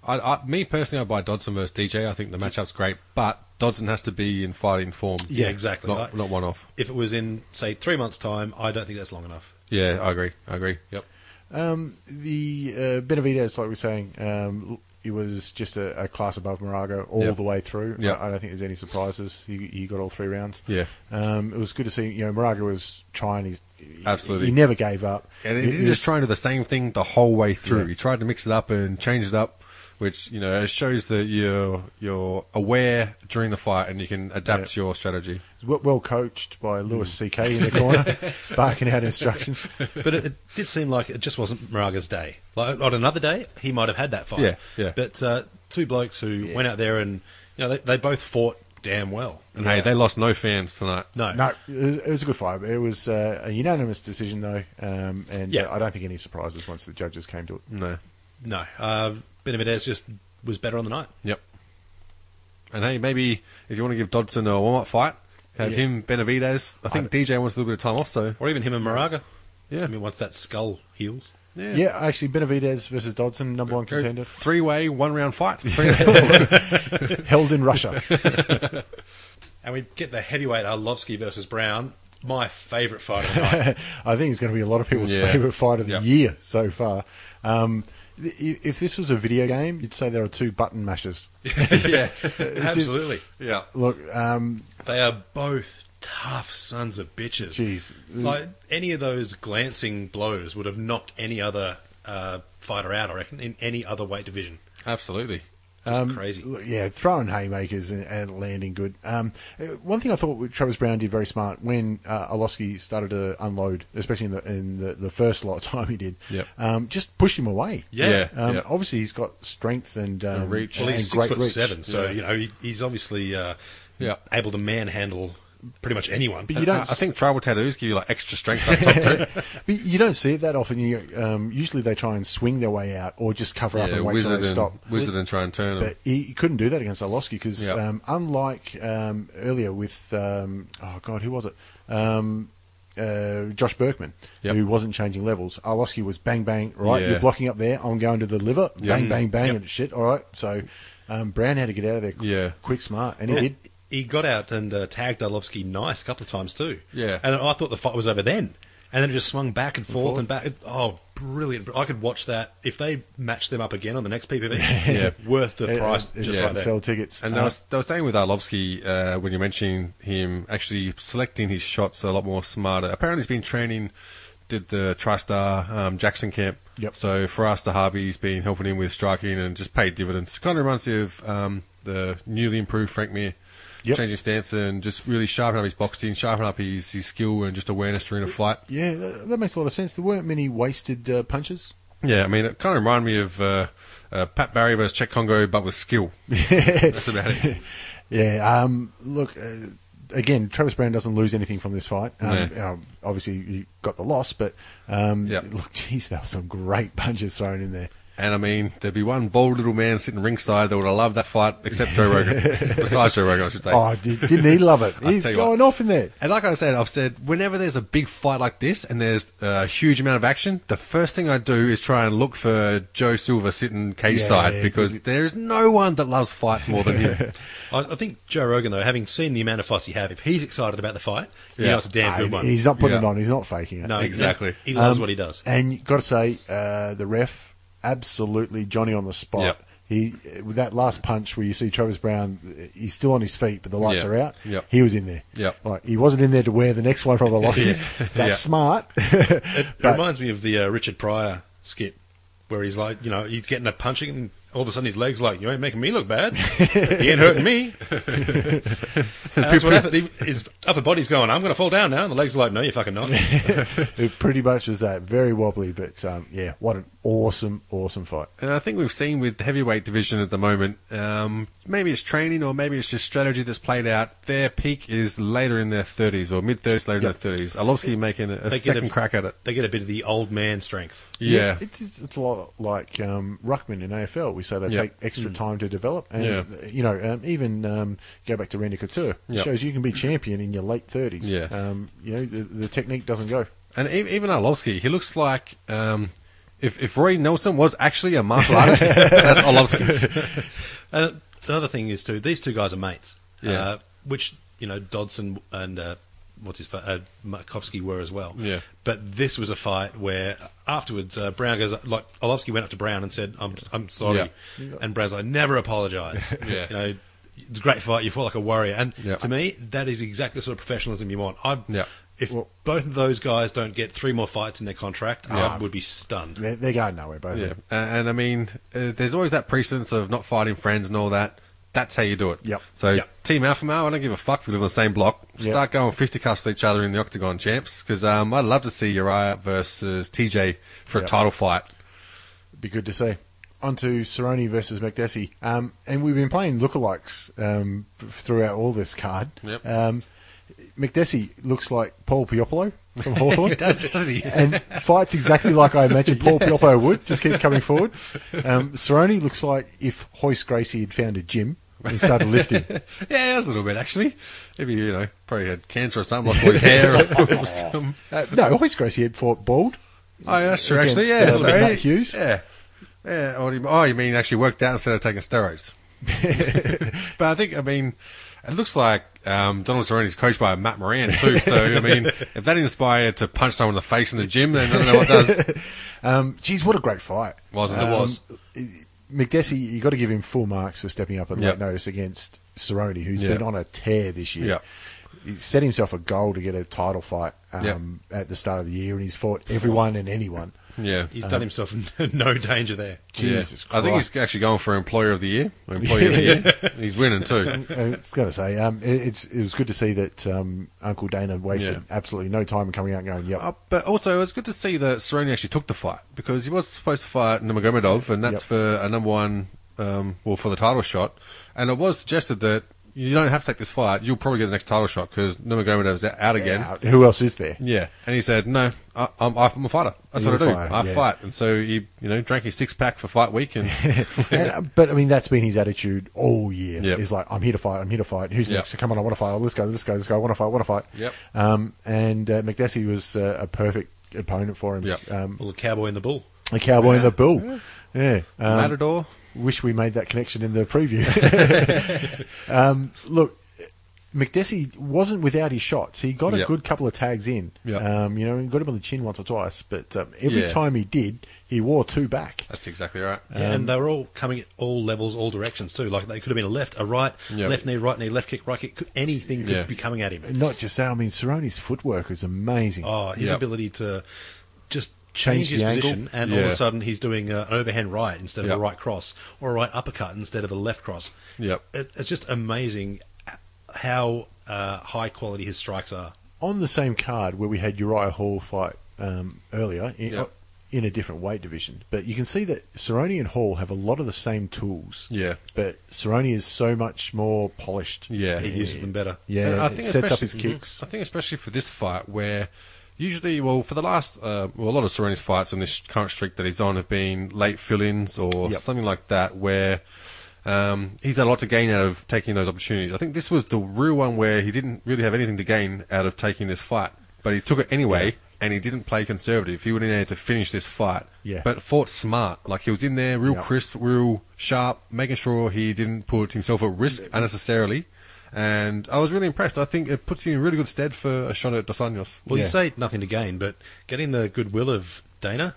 Speaker 5: I, I, me personally, I buy Dodson versus DJ. I think the matchup's great, but Dodson has to be in fighting form.
Speaker 4: Yeah, exactly.
Speaker 5: Not,
Speaker 4: Like-
Speaker 5: not one off.
Speaker 4: If it was in, say, three months' time, I don't think that's long enough.
Speaker 5: Yeah, I agree. I agree. Yep.
Speaker 3: Um, the uh, Benavidez, like we were saying, um, l- he was just a, a class above Morago all
Speaker 5: Yep.
Speaker 3: the way through.
Speaker 5: Yep.
Speaker 3: I, I don't think there's any surprises. He, he got all three rounds.
Speaker 5: Yeah.
Speaker 3: Um, it was good to see. You know, Morago was trying. He's he-
Speaker 5: Absolutely.
Speaker 3: He never gave up.
Speaker 5: And he
Speaker 3: He-
Speaker 5: didn't
Speaker 3: he
Speaker 5: just
Speaker 3: was-
Speaker 5: try and do the same thing the whole way through.
Speaker 3: Yeah.
Speaker 5: He tried to mix it up and change it up, which you know it shows that you're you're aware during the fight and you can adapt your strategy.
Speaker 3: well, well coached by Lewis CK in the corner, barking out instructions.
Speaker 4: But it, it did seem like it just wasn't Maraga's day. Like on another day, he might have had that fight.
Speaker 5: Yeah, yeah.
Speaker 4: But uh, two blokes who went out there and you know they, they both fought damn well.
Speaker 5: And hey, they lost no fans tonight.
Speaker 4: No,
Speaker 3: No, it was, it was a good fight. It was uh, a unanimous decision, though, um, and
Speaker 4: Yeah.
Speaker 3: uh, I don't think any surprises once the judges came to it.
Speaker 5: No.
Speaker 4: no. Uh, Benavidez just was better on the night.
Speaker 5: Yep. And hey, maybe if you want to give Dodson a warm up fight, have
Speaker 3: Yeah.
Speaker 5: him Benavides. I think DJ wants a little bit of time off, so
Speaker 4: Or even him and Moraga.
Speaker 5: Yeah.
Speaker 4: I mean, once that skull heals.
Speaker 5: yeah.
Speaker 3: Yeah, actually, Benavidez versus Dodson, number one contender,
Speaker 5: Three way, one round fights.
Speaker 3: held in Russia.
Speaker 4: And we get the heavyweight Arlovsky versus Brown, my favourite fight of the night.
Speaker 3: I think it's going to be a lot of people's
Speaker 5: Yeah.
Speaker 3: favorite fight of the
Speaker 5: Yep.
Speaker 3: year so far. Um, i- if this was a video game, you'd say there are two button mashes.
Speaker 5: yeah.
Speaker 3: just-
Speaker 4: Absolutely.
Speaker 5: Yeah.
Speaker 3: Look, um,
Speaker 4: They are both tough sons of bitches.
Speaker 3: Jeez.
Speaker 4: Like, any of those glancing blows would have knocked any other uh, fighter out, I reckon, in any other weight division.
Speaker 5: Absolutely.
Speaker 4: It's
Speaker 3: Um,
Speaker 4: crazy.
Speaker 3: Look, Yeah, throwing haymakers and, and landing good. Um, uh, one thing I thought with Travis Brown did very smart when uh, Olowski started to unload, especially in the in the, the first lot of time he did.
Speaker 5: Yep.
Speaker 3: Um, just pushed him away.
Speaker 4: Yeah.
Speaker 5: Yeah.
Speaker 3: Um,
Speaker 5: Yep.
Speaker 3: Obviously, he's got strength and, um,
Speaker 5: And reach.
Speaker 4: Well,
Speaker 3: and
Speaker 4: he's six
Speaker 3: great
Speaker 4: foot
Speaker 3: reach.
Speaker 4: seven, so,
Speaker 5: Yeah.
Speaker 4: you know, he, he's obviously uh,
Speaker 5: Yeah.
Speaker 4: able to manhandle pretty much anyone.
Speaker 3: But
Speaker 5: You
Speaker 3: you
Speaker 5: don't
Speaker 3: don't
Speaker 5: I, I
Speaker 3: s-
Speaker 5: think tribal tattoos give you like extra strength up top too.
Speaker 3: But you don't see it that often. You um, usually they try and swing their way out or just cover up
Speaker 5: yeah,
Speaker 3: and wait till
Speaker 5: wizard
Speaker 3: they stop.
Speaker 5: and, wizard and try and turn 'em.
Speaker 3: But he, he couldn't do that against Olowski because,
Speaker 5: Yeah.
Speaker 3: um, unlike um, earlier with, um, oh God, who was it? Um, uh, Josh Berkman,
Speaker 5: Yep.
Speaker 3: who wasn't changing levels. Arlovsky was bang, bang, right?
Speaker 5: Yeah.
Speaker 3: You're blocking up there. I'm going to the liver.
Speaker 5: Yeah.
Speaker 3: Bang, bang, bang,
Speaker 4: Yep.
Speaker 3: and shit. All right. So um, Brown had to get out of there qu-
Speaker 5: Yeah.
Speaker 3: quick, smart, and
Speaker 4: Yeah.
Speaker 3: he did.
Speaker 4: He got out and uh, tagged Arlovsky nice a couple of times too.
Speaker 5: Yeah.
Speaker 4: And I thought the fight was over then. And then it just swung back and forth
Speaker 3: forth.
Speaker 4: and, back. Oh, brilliant. I could watch that. If they match them up again on the next PPV,
Speaker 5: Yeah.
Speaker 4: worth the
Speaker 3: It-
Speaker 4: price
Speaker 3: it-
Speaker 4: just
Speaker 3: yeah,
Speaker 4: like that.
Speaker 3: sell tickets.
Speaker 5: And
Speaker 3: Uh,
Speaker 5: they, was, they were saying with Arlovsky, uh, when you mentioned him, actually selecting his shots a lot more smarter. Apparently, he's been training, did the TriStar um, Jackson camp.
Speaker 3: Yep.
Speaker 5: So for us, the hobby's been helping him with striking and just paid dividends. Kind of reminds me of um, the newly improved Frank Mir.
Speaker 3: Yep.
Speaker 5: Changing stance and just really sharpening up his boxing, sharpening up his, his skill and just awareness during a fight.
Speaker 3: yeah, that, that makes a lot of sense. There weren't many wasted uh, punches.
Speaker 5: Yeah, I mean, it kind of reminded me of uh, uh, Pat Barry versus Czech Congo, but with skill. That's about it.
Speaker 3: Yeah. Um, look, uh, again, Travis Brown doesn't lose anything from this fight. Um,
Speaker 5: No.
Speaker 3: um, obviously, he got the loss, but um,
Speaker 5: Yep.
Speaker 3: look, geez, there were some great punches thrown in there.
Speaker 5: And I mean, there'd be one bald little man sitting ringside that would have loved that fight, except Joe Rogan. Besides Joe Rogan, I should say.
Speaker 3: Oh, did, didn't he love it?
Speaker 5: I'll
Speaker 3: He's
Speaker 5: tell you
Speaker 3: going
Speaker 5: what.
Speaker 3: off in there.
Speaker 5: And like I said, I've said, whenever there's a big fight like this and there's a huge amount of action, the first thing I do is try and look for Joe Silver sitting cage
Speaker 3: Yeah,
Speaker 5: side
Speaker 3: yeah,
Speaker 5: because there is no one that loves fights more than him.
Speaker 4: I, I think Joe Rogan, though, having seen the amount of fights he have, if he's excited about the fight, yeah.
Speaker 5: Yeah.
Speaker 4: you know it's a damn
Speaker 3: No,
Speaker 4: good one.
Speaker 3: Ah, He's not putting
Speaker 5: Yeah.
Speaker 3: it on. He's not faking it.
Speaker 4: no,
Speaker 5: Exactly.
Speaker 4: He, he loves
Speaker 3: Um,
Speaker 4: what he does.
Speaker 3: And you've got to say, uh, the ref, absolutely Johnny on the spot.
Speaker 5: Yep.
Speaker 3: He uh, with that last punch where you see Travis Brown, uh, he's still on his feet, but the lights
Speaker 5: Yeah.
Speaker 3: are out.
Speaker 5: Yep.
Speaker 3: He was in there.
Speaker 5: Yep.
Speaker 3: Like he wasn't in there to wear the next one from Velocity.
Speaker 5: Yeah.
Speaker 3: That's
Speaker 5: Yeah.
Speaker 3: smart.
Speaker 4: It, it
Speaker 3: but-
Speaker 4: reminds me of the uh, Richard Pryor skit where he's like, you know, he's getting a punching and all of a sudden his leg's like, you ain't making me look bad. he ain't hurting me. And that's what happened. He, his upper body's going, I'm going to fall down now. And the leg's like, no, you're fucking not.
Speaker 3: it pretty much was that. Very wobbly, but um, yeah, what an awesome, awesome fight.
Speaker 5: And I think we've seen with the heavyweight division at the moment, um, maybe it's training or maybe it's just strategy that's played out. Their peak is later in their 30s or mid 30s, later in their 30s. Arlovsky making a, a
Speaker 4: They get
Speaker 5: second
Speaker 4: a-
Speaker 5: crack at it.
Speaker 4: They get a bit of the old man strength.
Speaker 5: Yeah.
Speaker 3: it's, it's it's a lot like um, ruckman in AFL. We say they
Speaker 5: Yeah.
Speaker 3: take extra time to develop, and
Speaker 5: Mm. Yeah.
Speaker 3: you know, um, even um, go back to Randy Couture it
Speaker 5: Yeah.
Speaker 3: shows you can be champion in your late thirties.
Speaker 5: Yeah.
Speaker 3: um, you know, the, the technique doesn't go.
Speaker 5: And e- even Arlovsky, he looks like um, if, if Roy Nelson was actually a martial artist, that's Arlovsky.
Speaker 4: Uh, another thing is too, these two guys are mates.
Speaker 5: Yeah.
Speaker 4: Uh, which you know Dodson and uh, what's his fa- uh, Markovsky were as well.
Speaker 5: Yeah.
Speaker 4: But this was a fight where afterwards uh, Brown goes like Olovsky went up to Brown and said, "I'm I'm sorry," and Brown's like, "Never apologise."
Speaker 5: Yeah.
Speaker 4: You know. It's a great fight. You fought like a warrior, and
Speaker 5: Yeah.
Speaker 4: to me, that is exactly the sort of professionalism you want. I,
Speaker 5: Yeah.
Speaker 4: if both of those guys don't get three more fights in their contract, I would be stunned.
Speaker 3: They're, they're going nowhere, both of
Speaker 5: Yeah,
Speaker 3: them.
Speaker 5: and, and I mean, uh, there's always that precedence of not fighting friends and all that. That's how you do it.
Speaker 3: Yep.
Speaker 5: So
Speaker 4: Yep.
Speaker 5: team Alpha Male, I don't give a fuck if we live on the same block.
Speaker 3: Yep.
Speaker 5: Start going fisticuffs with each other in the octagon, champs, because um, I'd love to see Uriah versus TJ for
Speaker 3: Yep.
Speaker 5: a title fight.
Speaker 3: Be good to see. On to Cerrone versus McDessie. Um, and we've been playing lookalikes um, throughout all this card.
Speaker 5: Yep.
Speaker 3: Um, McDessie looks like Paul Piopolo from Hawthorn.
Speaker 5: He does, doesn't he?
Speaker 3: and fights exactly like I imagine Paul Piopolo would, just keeps coming forward. Um, Cerrone looks like if Hoist Gracie had found a gym and started lifting.
Speaker 5: Yeah, it was a little bit actually. Maybe you know, probably had cancer or something, lost all his hair or, or some.
Speaker 3: Uh, no, Hoist Gracie had fought bald.
Speaker 5: Oh, that's true.
Speaker 3: Against,
Speaker 5: Actually, yeah,
Speaker 3: uh,
Speaker 5: sorry.
Speaker 3: Matt Hughes.
Speaker 5: Yeah, yeah. Or he- oh, you mean actually worked out instead of taking steroids? but I think I mean, it looks like um, Donald Cerrone is coached by Matt Moran too. So I mean, if that inspired to punch someone in the face in the gym, then I don't know what does.
Speaker 3: Um, geez, what a great fight.
Speaker 5: Wasn't it?
Speaker 3: Um,
Speaker 5: Was.
Speaker 3: McDessie, you got to give him full marks for stepping up at
Speaker 5: Yep.
Speaker 3: late notice against Cerrone, who's
Speaker 5: Yep.
Speaker 3: been on a tear this year.
Speaker 5: Yep.
Speaker 3: He set himself a goal to get a title fight um, at the start of the year, and he's fought everyone and anyone.
Speaker 5: Yeah.
Speaker 4: He's done himself no danger there.
Speaker 3: Jesus
Speaker 5: yeah. I think
Speaker 3: Christ.
Speaker 5: he's actually going for Employer of the Year. or Employee of the Year. He's winning too.
Speaker 3: I was going to say, um, it, it's, it was good to see that um, Uncle Dana wasted
Speaker 5: Yeah.
Speaker 3: absolutely no time in coming out and going, yep.
Speaker 5: Uh, but also, it's good to see that Cerrone actually took the fight because he was supposed to fight Nurmagomedov, and
Speaker 3: Yep.
Speaker 5: that's for a number one, um, well, for the title shot. And it was suggested that you don't have to take this fight; you'll probably get the next title shot because Nurmagomedov's out again.
Speaker 3: out. Who else is there?
Speaker 5: Yeah, and he said, "No, I, I'm, I'm a fighter. That's
Speaker 3: You're
Speaker 5: what I
Speaker 3: a
Speaker 5: do.
Speaker 3: fighter,
Speaker 5: I
Speaker 3: yeah.
Speaker 5: fight." And so he, you know, drank his six pack for fight week, and
Speaker 3: And, uh, but I mean, that's been his attitude all year.
Speaker 5: Yep.
Speaker 3: He's like, I'm here to fight. I'm here to fight. Who's
Speaker 5: Yep.
Speaker 3: next? Come on, I want to fight. Oh, let's go. Let's go. Let's go. I want to fight. I want to fight.
Speaker 5: Yep.
Speaker 3: Um, and uh, McDessie was uh, a perfect opponent for him.
Speaker 5: Yep.
Speaker 3: Um,
Speaker 4: Little cowboy in the bull.
Speaker 3: the cowboy and the bull. Yeah. Um,
Speaker 5: Matador.
Speaker 3: wish we made that connection in the preview. um, look, McDessie wasn't without his shots. He got a
Speaker 5: Yep.
Speaker 3: good couple of tags in.
Speaker 5: Yep.
Speaker 3: Um, you know, he got him on the chin once or twice, but um, every
Speaker 5: Yeah.
Speaker 3: time he did, he wore two back.
Speaker 5: That's exactly right.
Speaker 4: Yeah, and they were all coming at all levels, all directions too. Like they could have been a left, a right,
Speaker 5: Yeah.
Speaker 4: left knee, right knee, left kick, right kick. Could- Anything could
Speaker 5: Yeah.
Speaker 4: be coming at him.
Speaker 3: And not just that, I mean, Cerrone's footwork is amazing.
Speaker 4: Oh, his
Speaker 5: Yeah.
Speaker 4: ability to just
Speaker 3: Change
Speaker 4: change his
Speaker 3: the angle.
Speaker 4: position, and all of
Speaker 5: Yeah.
Speaker 4: a sudden he's doing uh, an overhand right instead of
Speaker 5: Yeah.
Speaker 4: a right cross, or a right uppercut instead of a left cross.
Speaker 5: Yep.
Speaker 4: It, it's just amazing how uh, high quality his strikes are.
Speaker 3: On the same card where we had Uriah Hall fight um, earlier, in,
Speaker 5: Yep.
Speaker 3: in a different weight division, but you can see that Cerrone and Hall have a lot of the same tools.
Speaker 5: Yeah.
Speaker 3: But Cerrone is so much more polished.
Speaker 5: Yeah.
Speaker 4: He uses them better.
Speaker 3: Yeah,
Speaker 5: And
Speaker 3: it sets up his
Speaker 5: especially-
Speaker 3: kicks.
Speaker 5: I think especially for this fight where usually, well, for the last, uh, well, a lot of Serena's fights on this current streak that he's on have been late fill-ins or
Speaker 3: Yep.
Speaker 5: something like that where um, he's had a lot to gain out of taking those opportunities. I think this was the real one where he didn't really have anything to gain out of taking this fight, but he took it anyway. And he didn't play conservative. He went in there to finish this fight,
Speaker 3: Yeah.
Speaker 5: but fought smart. Like he was in there, real
Speaker 3: Yep.
Speaker 5: crisp, real sharp, making sure he didn't put himself at risk unnecessarily. And I was really impressed. I think it puts him in really good stead for a shot at Dos Anjos.
Speaker 4: Well,
Speaker 3: Yeah.
Speaker 4: you say nothing to gain, but getting the goodwill of Dana,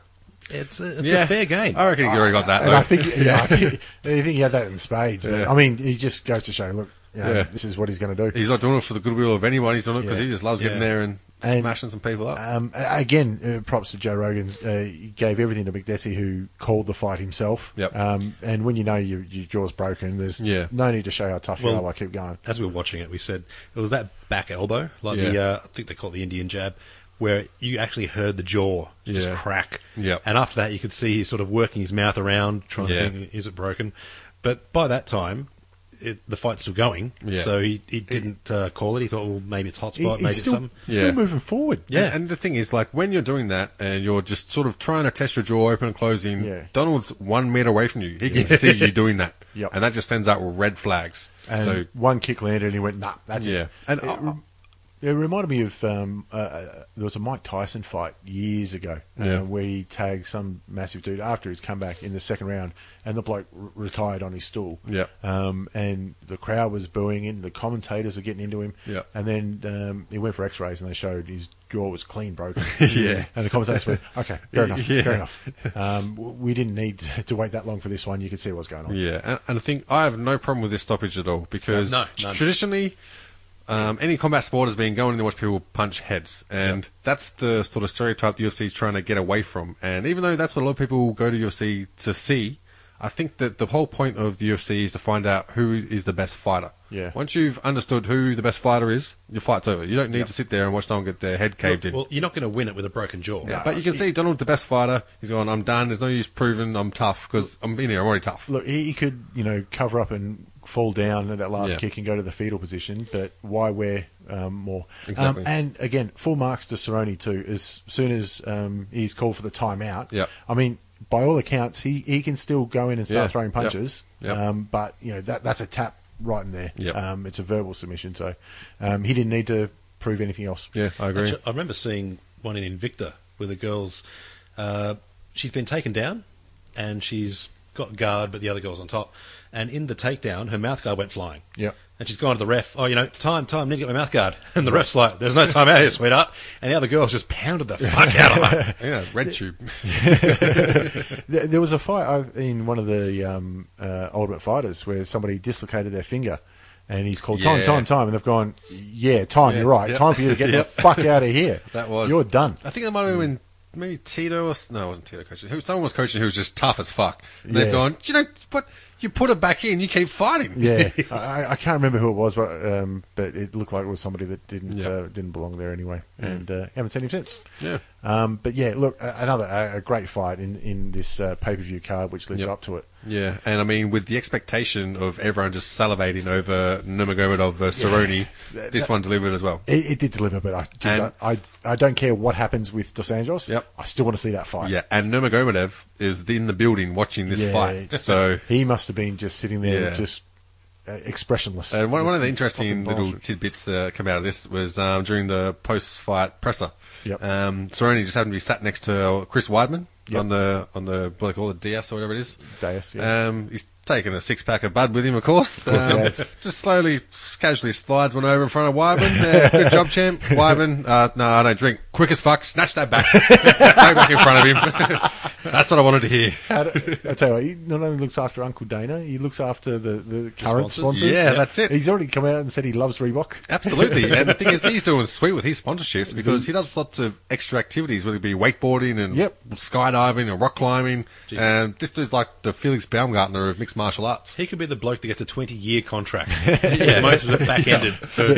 Speaker 4: it's a, it's a fair game.
Speaker 5: I reckon he already got that.
Speaker 3: And
Speaker 5: though.
Speaker 3: I think, yeah, I think, I think he had that in spades. But,
Speaker 5: Yeah.
Speaker 3: I mean, he just goes to show, look, you know,
Speaker 5: Yeah.
Speaker 3: this is what he's going to do.
Speaker 5: he's not doing it for the goodwill of anyone. He's doing it because
Speaker 3: Yeah.
Speaker 5: he just loves getting
Speaker 4: Yeah.
Speaker 5: there and,
Speaker 3: And-
Speaker 5: smashing some people up.
Speaker 3: Um, a- again, uh, props to Joe Rogan's. Uh, he gave everything to McDessie, who called the fight himself.
Speaker 5: Yep.
Speaker 3: Um, and when you know your, your jaw's broken, there's
Speaker 5: Yeah.
Speaker 3: no need to show how tough you
Speaker 4: Well-
Speaker 3: are by keep going.
Speaker 4: as we were watching it, we said it was that back elbow, like the
Speaker 5: Yeah.
Speaker 4: uh, I think they call it the Indian jab, where you actually heard the jaw just
Speaker 5: Yeah.
Speaker 4: crack.
Speaker 5: Yep.
Speaker 4: And after that, you could see he's sort of working his mouth around, trying
Speaker 5: Yeah.
Speaker 4: to think, is it broken? But by that time, it, the fight's still going.
Speaker 5: Yeah.
Speaker 4: So he, he didn't uh, call it. He thought, well, maybe it's hot
Speaker 3: He-
Speaker 4: spot, maybe
Speaker 3: he's
Speaker 4: it's
Speaker 3: still,
Speaker 4: something.
Speaker 3: he's still
Speaker 5: Yeah.
Speaker 3: moving forward.
Speaker 5: Yeah, and the thing is, like when you're doing that and you're just sort of trying to test your jaw open and closing,
Speaker 3: Yeah.
Speaker 5: Donald's one meter away from you. He can see you doing that,
Speaker 3: Yep.
Speaker 5: and that just sends out red flags.
Speaker 3: And
Speaker 5: so
Speaker 3: one kick landed, and uh, he went, nah, that's
Speaker 5: yeah,
Speaker 3: it.
Speaker 5: and
Speaker 3: It-
Speaker 5: I-
Speaker 3: It reminded me of um, uh, uh, there was a Mike Tyson fight years ago uh,
Speaker 5: Yeah.
Speaker 3: where he tagged some massive dude after his comeback in the second round, and the bloke r- retired on his stool.
Speaker 5: Yeah.
Speaker 3: Um, and the crowd was booing him. The commentators were getting into him.
Speaker 5: Yeah.
Speaker 3: And then um, he went for X-rays, and they showed his jaw was clean broken.
Speaker 5: Yeah.
Speaker 3: And the commentators went, "Okay, fair enough,
Speaker 5: Yeah.
Speaker 3: fair enough. Um, w- we didn't need to wait that long for this one. You could see what's going on."
Speaker 5: Yeah, and, and I think I have no problem with this stoppage at all because
Speaker 4: No, none.
Speaker 5: traditionally, um, any combat sport has been going in to watch people punch heads, and that's the sort of stereotype the UFC is trying to get away from. And even though that's what a lot of people go to UFC to see, I think that the whole point of the UFC is to find out who is the best fighter.
Speaker 3: Yeah.
Speaker 5: Once you've understood who the best fighter is, your fight's over. You don't need to sit there and watch someone get their head caved in.
Speaker 4: Well, you're not going to win it with a broken jaw.
Speaker 5: yeah, but you can see Donald, the best fighter, he's going, I'm done. There's no use proving I'm tough because I'm in here. I'm already tough.
Speaker 3: Look, he he could, you know, cover up and fall down at that last
Speaker 5: Yeah.
Speaker 3: kick and go to the fetal position, but why wear um, more?
Speaker 5: Exactly.
Speaker 3: Um, and again, full marks to Cerrone too. As soon as um, he's called for the timeout,
Speaker 5: Yep.
Speaker 3: I mean, by all accounts, he, he can still go in and start
Speaker 5: Yeah,
Speaker 3: throwing
Speaker 5: yep,
Speaker 3: punches.
Speaker 5: yep.
Speaker 3: Um, but you know that that's a tap right in there.
Speaker 5: Yep.
Speaker 3: Um, it's a verbal submission, so um, he didn't need to prove anything else.
Speaker 5: Yeah, I agree.
Speaker 4: Actually, I remember seeing one in Invicta where the girl's uh, she's been taken down and she's got guard, but the other girl's on top. And in the takedown, her mouth guard went flying.
Speaker 3: Yep.
Speaker 4: And she's gone to the ref. Oh, you know, time, time. Need to get my mouth guard. And the ref's like, "There's no time out here, sweetheart." And the other girl's just pounded the fuck out of her.
Speaker 5: Yeah, red tube.
Speaker 3: There, there was a fight I- in one of the um, uh, Ultimate Fighters where somebody dislocated their finger, and he's called time,
Speaker 5: Yeah.
Speaker 3: time, time, and they've gone, yeah, time.
Speaker 5: Yeah,
Speaker 3: You're right.
Speaker 5: yep.
Speaker 3: Time for you to get
Speaker 5: Yep.
Speaker 3: the fuck out of here.
Speaker 5: That was.
Speaker 3: you're done.
Speaker 5: I think that might have been maybe Tito or s- no, it wasn't Tito coaching. Who- Someone was coaching who was just tough as fuck. And
Speaker 3: Yeah.
Speaker 5: they've gone, you know, what? You put it back in, you keep fighting.
Speaker 3: Yeah, I- I, I can't remember who it was, but um, but it looked like it was somebody that didn't
Speaker 5: Yeah.
Speaker 3: uh, didn't belong there anyway, and uh, haven't seen him since.
Speaker 5: Yeah.
Speaker 3: Um, but yeah, look, a- another a, a great fight in in this uh, pay per view card, which lived
Speaker 5: Yep.
Speaker 3: up to it.
Speaker 5: Yeah, and I mean, with the expectation of everyone just salivating over Nurmagomedov versus Cerrone, this one delivered as well.
Speaker 3: It, it did deliver, but I, geez,
Speaker 5: And-
Speaker 3: I, I I don't care what happens with Dos Anjos.
Speaker 5: Yep.
Speaker 3: I still want to see that fight.
Speaker 5: Yeah, and Nurmagomedov is in the building watching this fight.
Speaker 3: it's-
Speaker 5: So
Speaker 3: he must have been just sitting there,
Speaker 5: Yeah.
Speaker 3: just uh, expressionless.
Speaker 5: And one, one of the
Speaker 3: Just
Speaker 5: interesting
Speaker 3: fucking
Speaker 5: little
Speaker 3: bullshit.
Speaker 5: tidbits that come out of this was um, during the post-fight presser.
Speaker 3: Yep.
Speaker 5: Um, Cerrone just happened to be sat next to uh, Chris Weidman
Speaker 3: Yep.
Speaker 5: on the on the what they call the DS or whatever it is.
Speaker 3: Dais, yeah.
Speaker 5: Um, he's taking a six pack of Bud with him, of course.
Speaker 3: course he
Speaker 5: Um,
Speaker 3: has.
Speaker 5: Just slowly, s- casually slides one over in front of Weidman. Yeah, good job, champ. Weidman, uh, no, I don't drink. Quick as fuck, snatch that back. Right back in front of him. That's what I wanted to hear.
Speaker 3: How do- I tell you, what, he not only looks after Uncle Dana, he looks after the, the current
Speaker 4: sponsors?
Speaker 3: sponsors.
Speaker 5: Yeah, that's it.
Speaker 3: He's already come out and said he loves Reebok.
Speaker 5: Absolutely. And the thing is, he's doing sweet with his sponsorships because he does lots of extra activities, whether it be wakeboarding and
Speaker 3: Yep.
Speaker 5: skydiving and rock climbing. And this dude's like the Felix Baumgartner of mixed martial arts.
Speaker 4: He could be the bloke that gets a 20 year contract. Most of it back ended.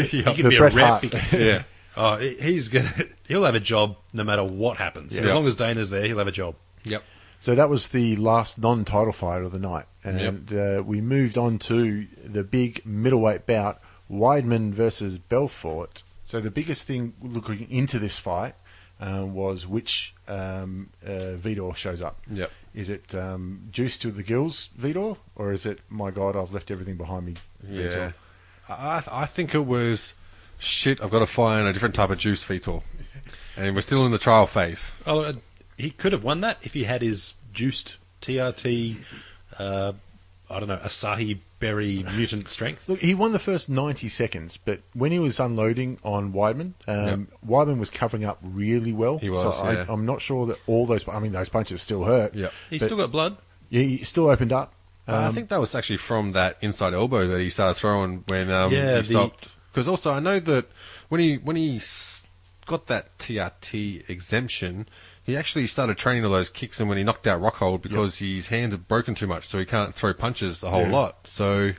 Speaker 4: He could
Speaker 3: The
Speaker 4: be
Speaker 3: Bret
Speaker 4: a rep.
Speaker 3: Hart.
Speaker 4: He could-
Speaker 5: Yeah.
Speaker 4: Oh, he- he's gonna. He'll have a job no matter what happens. As
Speaker 5: Yeah.
Speaker 4: long as Dana's there, he'll have a job.
Speaker 5: Yep.
Speaker 3: So that was the last non-title fight of the night, and uh, we moved on to the big middleweight bout: Weidman versus Belfort. So the biggest thing looking into this fight um, was which um, uh, Vidor shows up.
Speaker 5: Yep.
Speaker 3: Is it um, juice to the gills, Vidor, or is it my God, I've left everything behind me?
Speaker 5: Yeah.
Speaker 3: Vitor?
Speaker 5: I, I think it was shit, I've got to find a different type of juice fetal. And we're still in the trial phase.
Speaker 4: Oh, uh, he could have won that if he had his juiced TRT. Uh, I don't know Asahi berry mutant strength.
Speaker 3: Look, he won the first 90 seconds, but when he was unloading on Weidman, um, Weidman was covering up really well.
Speaker 5: He was,
Speaker 3: so I,
Speaker 5: yeah.
Speaker 3: I'm not sure that all those, I mean, those punches still hurt.
Speaker 5: Yep.
Speaker 4: He's
Speaker 3: But-
Speaker 4: still got blood.
Speaker 3: Yeah, he still opened up.
Speaker 5: I
Speaker 3: Um,
Speaker 5: think that was actually from that inside elbow that he started throwing when um,
Speaker 4: Yeah,
Speaker 5: he
Speaker 4: the-
Speaker 5: stopped. Because also, I know that when he when he s- got that TRT exemption, he actually started training all those kicks. And when he knocked out Rockhold, because his hands are broken too much, so he can't throw punches a whole lot. So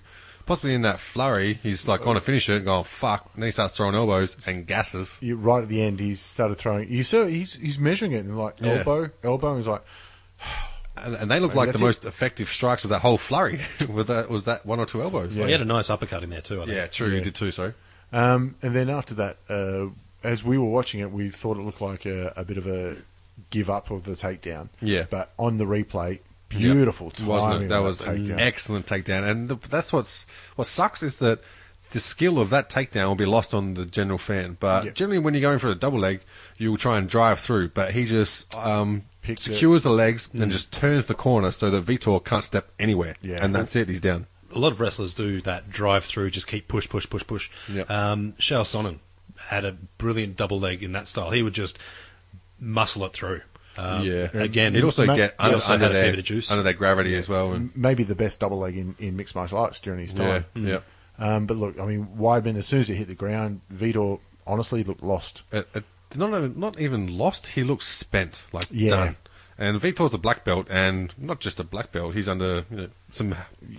Speaker 5: possibly in that flurry, he's like going to finish it and going fuck. And then he starts throwing elbows and gasses.
Speaker 3: You, right at the end, he started throwing. You saw he's, he's measuring it and like
Speaker 5: Yeah.
Speaker 3: elbow, elbow, and he's like,
Speaker 5: And, and they look
Speaker 3: Maybe
Speaker 5: like the
Speaker 3: that's it.
Speaker 5: most effective strikes of that whole flurry. with that was that one or two elbows.
Speaker 4: Well, he had a nice uppercut in there too. I think.
Speaker 5: Yeah, true. You did too. Sorry.
Speaker 3: Um, and then after that, uh, as we were watching it, we thought it looked like a, a bit of a give up of the takedown.
Speaker 5: Yeah.
Speaker 3: But on the replay, beautiful
Speaker 5: Yep. Wasn't
Speaker 3: timing
Speaker 5: it?
Speaker 3: of
Speaker 5: That was an
Speaker 3: takedown.
Speaker 5: excellent takedown, and the, that's what's what sucks is that the skill of that takedown will be lost on the general fan. But generally, when you're going for a double leg, you'll try and drive through. But he just um,
Speaker 3: Picks
Speaker 5: secures the legs and just turns the corner so that Vitor can't step anywhere.
Speaker 3: Mm. Yeah.
Speaker 5: And that's it. He's down.
Speaker 4: a lot of wrestlers do that drive through, just keep push, push, push, push.
Speaker 5: Yep.
Speaker 4: Um, Shao Sonnen had a brilliant double leg in that style. He would just muscle it through. Um,
Speaker 5: yeah.
Speaker 4: Again,
Speaker 5: he'd also
Speaker 3: Ma-
Speaker 5: get
Speaker 4: he
Speaker 5: under,
Speaker 4: also
Speaker 5: under,
Speaker 4: had a fair
Speaker 5: their,
Speaker 4: bit of juice.
Speaker 5: under their gravity as well. And
Speaker 3: Maybe the best double leg in, in mixed martial arts during his
Speaker 5: yeah,
Speaker 3: time.
Speaker 5: yeah.
Speaker 3: Um, but look, I mean, Weidman, as soon as it hit the ground, Vitor honestly looked lost.
Speaker 5: it, it, not even, not even lost. He looks spent, like
Speaker 3: Yeah.
Speaker 5: done. And Victor's a black belt, and not just a black belt. He's under you know, some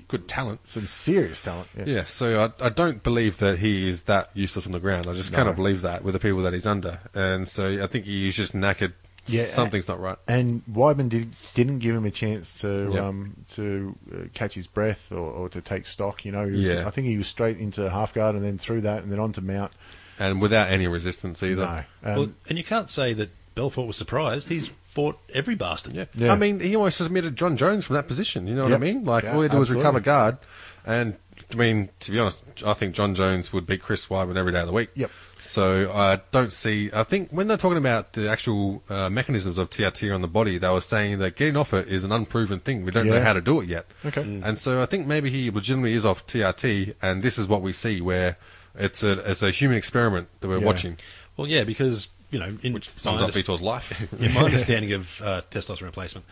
Speaker 5: good talent.
Speaker 3: Some serious talent. Yeah.
Speaker 5: Yeah, so I, I don't believe that he is that useless on the ground. I just kind of believe that with the people that he's under, and so I think he's just knackered.
Speaker 3: Yeah,
Speaker 5: something's not right.
Speaker 3: And Weidman did, didn't give him a chance to
Speaker 5: Yep.
Speaker 3: um, to uh, catch his breath or, or to take stock. You know, he was,
Speaker 5: Yeah.
Speaker 3: I think he was straight into half guard and then through that and then onto mount.
Speaker 5: And without any resistance either.
Speaker 3: No, um,
Speaker 4: Well, and you can't say that Belfort was surprised. He's fought every bastard.
Speaker 5: Yeah.
Speaker 3: Yeah.
Speaker 5: I mean, he almost submitted John Jones from that position. You know what
Speaker 3: Yep.
Speaker 5: I mean? Like,
Speaker 3: Yeah,
Speaker 5: all he did was
Speaker 3: absolutely.
Speaker 5: recover guard. And, I mean, to be honest, I think John Jones would beat Chris Wyman every day of the week.
Speaker 3: Yep.
Speaker 5: So I don't see. I think when they're talking about the actual uh, mechanisms of TRT on the body, they were saying that getting off it is an unproven thing. We don't know
Speaker 3: Yeah.
Speaker 5: how to do it yet.
Speaker 3: Okay.
Speaker 5: And so I think maybe he legitimately is off TRT, and this is what we see where. It's a, it's a human experiment that we're
Speaker 3: Yeah.
Speaker 5: watching,
Speaker 4: Well, yeah, because you know, in
Speaker 5: which
Speaker 4: my
Speaker 5: sums up
Speaker 4: underst-
Speaker 5: Vitor's life.
Speaker 4: in my understanding of uh, testosterone replacement,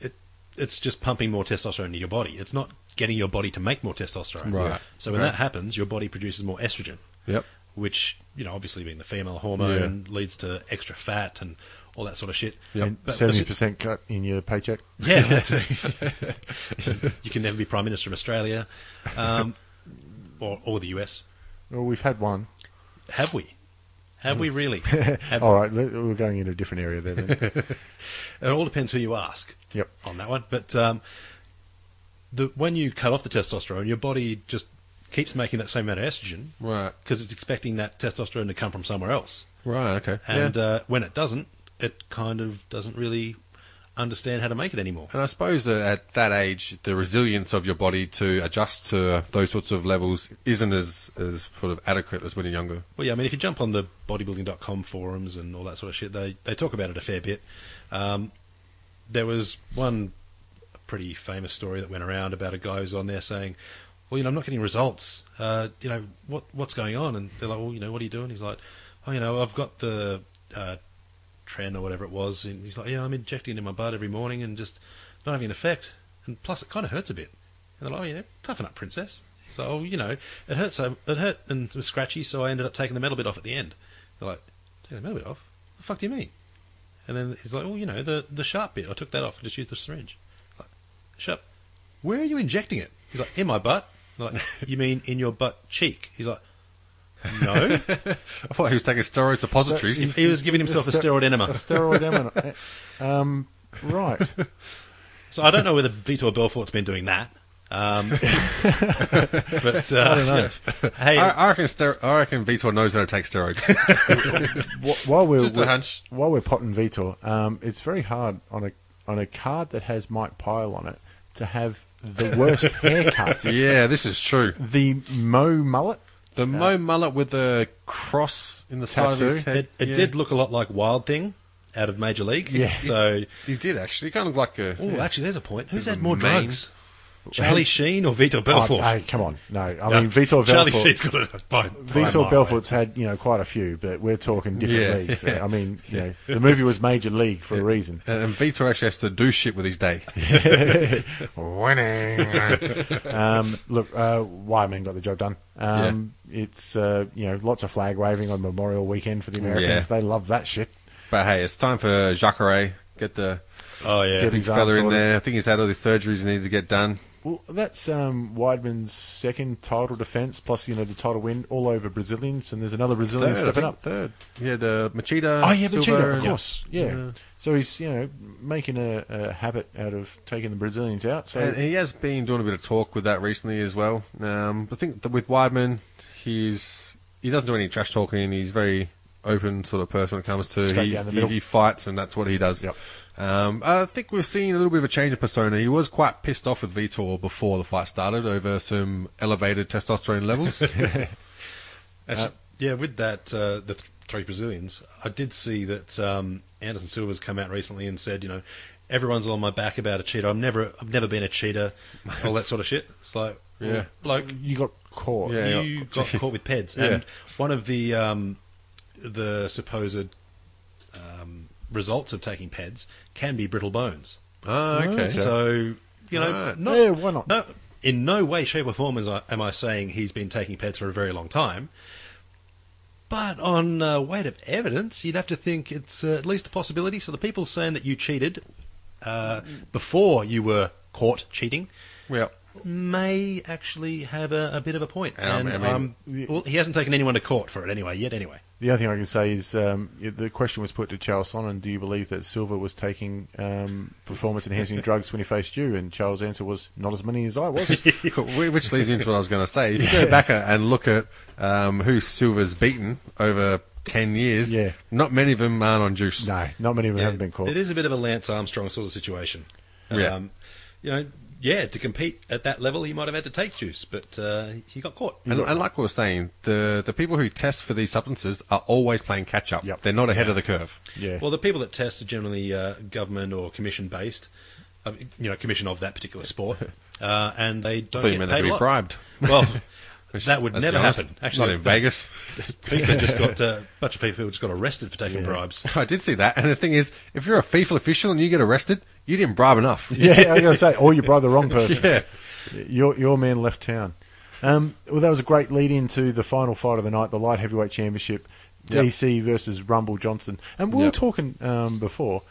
Speaker 4: it it's just pumping more testosterone into your body. It's not getting your body to make more testosterone.
Speaker 5: Right.
Speaker 4: So when
Speaker 5: Okay.
Speaker 4: that happens, your body produces more estrogen.
Speaker 5: Yep.
Speaker 4: Which you know, obviously being the female hormone leads to extra fat and all that sort of shit.
Speaker 3: and
Speaker 4: But-
Speaker 3: seventy percent cut in your paycheck.
Speaker 4: Yeah, that's it. you can never be prime minister of Australia, um, or or the US.
Speaker 3: Well, we've had one.
Speaker 4: Have we? Have
Speaker 5: Mm.
Speaker 4: we really? Have,
Speaker 3: All right, let- we're going in a different area there. Then.
Speaker 4: It all depends who you ask.
Speaker 3: Yep.
Speaker 4: On that one, but um, the when you cut off the testosterone, your body just keeps making that same amount of estrogen,
Speaker 5: Right.
Speaker 4: Because it's expecting that testosterone to come from somewhere else,
Speaker 5: Right, okay.
Speaker 4: and
Speaker 5: Yeah.
Speaker 4: uh, when it doesn't, it kind of doesn't really understand how to make it anymore.
Speaker 5: And I suppose that at that age, the resilience of your body to adjust to those sorts of levels isn't as, as sort of adequate as when you're younger.
Speaker 4: Well, yeah, I mean, if you jump on the bodybuilding.com forums and all that sort of shit, they, they talk about it a fair bit. Um, there was one pretty famous story that went around about a guy who's on there saying, Well, you know, I'm not getting results. Uh, you know, what what's going on? And they're like, Well, you know, what are you doing? He's like, Oh, you know, I've got the uh, tren or whatever it was. And he's like, Yeah, I'm injecting it in my butt every morning and just not having an effect. And plus, it kind of hurts a bit. And they're like, oh, yeah, toughen up, princess. So, you know, it hurt, so, it hurt and it was scratchy, so I ended up taking the metal bit off at the end. They're like, take the metal bit off? The fuck do you mean? And then he's like, well, you know, the, the sharp bit, I took that off, I just used the syringe. Like, sharp, where are you injecting it? He's like, in my butt. They're like, you mean in your butt cheek? He's like, no.
Speaker 5: I thought he was taking steroids
Speaker 4: he,
Speaker 5: suppositories.
Speaker 4: he was giving himself a steroid
Speaker 3: A
Speaker 4: enema.
Speaker 3: steroid enema. Um, right.
Speaker 4: So I don't know whether Vitor Belfort's been doing that. Um, but, uh, you know, hey,
Speaker 5: I, I, reckon ster- I reckon Vitor knows how to take steroids.
Speaker 3: Wh- While we're
Speaker 5: Just a hunch.
Speaker 3: while we're potting Vitor, um, it's very hard on a on a card that has Mike Pyle on it to have the worst haircut.
Speaker 5: yeah, this is true.
Speaker 3: The Mo mullet.
Speaker 5: The Mo mullet with the cross in the side of his
Speaker 3: Tattoo.
Speaker 5: head.
Speaker 4: It, it
Speaker 5: yeah.
Speaker 4: did look a lot like Wild Thing out of Major League.
Speaker 3: Yeah.
Speaker 4: So,
Speaker 5: He did actually. He kind of looked like a.
Speaker 4: oh, actually, there's a point. Who's
Speaker 5: Bit
Speaker 4: had
Speaker 5: of a
Speaker 4: more
Speaker 5: mane.
Speaker 4: drugs? Charlie Sheen or Vitor Belfort?
Speaker 3: Oh, hey, come on. No, I
Speaker 4: Yeah.
Speaker 3: mean Vitor
Speaker 4: Charlie
Speaker 3: Belfort.
Speaker 4: Sheen's got a by, by a
Speaker 3: Vitor
Speaker 4: mile.
Speaker 3: Belfort's had you know quite a few, but we're talking different
Speaker 5: Yeah.
Speaker 3: leagues. I mean, you know, the movie was Major League for a reason.
Speaker 5: Uh, And and Vitor actually has to do shit with his day.
Speaker 3: Um, look, uh, Wyman got the job done. Um, It's uh, you know lots of flag waving on Memorial Weekend for the Americans. They love that shit.
Speaker 5: But hey, it's time for Jacare. Get the
Speaker 4: Oh, yeah.
Speaker 3: Get his arm
Speaker 5: fella in
Speaker 3: sorted.
Speaker 5: there. I think he's had all these surgeries he needed to get done.
Speaker 3: Well, that's um, Weidman's second title defence, plus you know the title win all over Brazilians, and there's another Brazilian
Speaker 5: Third, I
Speaker 3: stepping
Speaker 5: think,
Speaker 3: up.
Speaker 5: Third. He had uh, Machida.
Speaker 3: Oh yeah,
Speaker 5: Silva,
Speaker 3: Machida, of
Speaker 5: and-
Speaker 3: course. Yeah.
Speaker 5: Yeah.
Speaker 3: So he's you know making a, a habit out of taking the Brazilians out. So
Speaker 5: And he has been doing a bit of talk with that recently as well. Um, I think that with Weidman, he's he doesn't do any trash talking. He's very open sort of person when it comes to
Speaker 3: Straight
Speaker 5: he,
Speaker 3: down the
Speaker 5: he,
Speaker 3: middle.
Speaker 5: he fights and that's what he does.
Speaker 3: Yep.
Speaker 5: Um, I think we've seen a little bit of a change of persona. He was quite pissed off with Vitor before the fight started over some elevated testosterone levels.
Speaker 4: Actually, yeah, with that, uh, the th- three Brazilians, I did see that um, Anderson Silva's come out recently and said, you know, everyone's on my back about a cheater. I've never, I've never been a cheater, all that sort of shit. It's like, well,
Speaker 5: Yeah.
Speaker 4: bloke,
Speaker 3: You got caught.
Speaker 5: Yeah.
Speaker 4: you got caught with peds,
Speaker 5: Yeah.
Speaker 4: and one of the um, the supposed um, results of taking peds can be brittle bones.
Speaker 5: oh, okay.
Speaker 4: So you know,
Speaker 5: Right.
Speaker 4: not,
Speaker 3: Yeah, why not?
Speaker 4: No, in no way, shape, or form is I, am I saying he's been taking peds for a very long time. But on uh, weight of evidence, you'd have to think it's uh, at least a possibility. So the people saying that you cheated uh, before you were caught cheating
Speaker 5: well,
Speaker 4: may actually have a, a bit of a point.
Speaker 5: Um,
Speaker 4: And,
Speaker 5: I mean-
Speaker 4: um, well, he hasn't taken anyone to court for it anyway, yet anyway.
Speaker 3: The other thing I can say is um, the question was put to Charles Sonnen, do you believe that Silva was taking um, performance-enhancing drugs when he faced you? And Charles' answer was, not as many as I was.
Speaker 5: Wh- Which leads into what I was going to say. If you go back a- and look at um, who Silva's beaten over 10 years,
Speaker 3: Yeah.
Speaker 5: not many of them aren't on juice.
Speaker 3: no, not many of them have been caught.
Speaker 4: It is a bit of a Lance Armstrong sort of situation.
Speaker 5: Yeah.
Speaker 4: Um, you know, yeah, to compete at that level, he might have had to take juice, but uh, he got caught.
Speaker 3: Mm.
Speaker 5: And, and like we were saying, the, the people who test for these substances are always playing catch up.
Speaker 3: Yep.
Speaker 5: They're not ahead of the curve.
Speaker 3: Yeah.
Speaker 4: Well, the people that test are generally uh, government or commission based, uh, you know, commission of that particular sport, uh, and they don't
Speaker 5: thought you
Speaker 4: get
Speaker 5: meant
Speaker 4: paid
Speaker 5: they could
Speaker 4: a
Speaker 5: be
Speaker 4: lot.
Speaker 5: bribed.
Speaker 4: Well,
Speaker 5: Which,
Speaker 4: that would
Speaker 5: let's be
Speaker 4: never
Speaker 5: honest,
Speaker 4: happen. Actually,
Speaker 5: not in
Speaker 4: that-
Speaker 5: Vegas.
Speaker 4: FIFA just got uh, a bunch of people just got arrested for taking bribes.
Speaker 5: I did see that. And the thing is, if you're a FIFA official and you get arrested, you didn't bribe enough.
Speaker 3: yeah, I was going to say, or you bribed the wrong person. Your, your man left town. Um, well, that was a great lead into the final fight of the night, the light heavyweight championship,
Speaker 5: Yep.
Speaker 3: DC versus Rumble Johnson. And we were
Speaker 5: Yep.
Speaker 3: talking um, before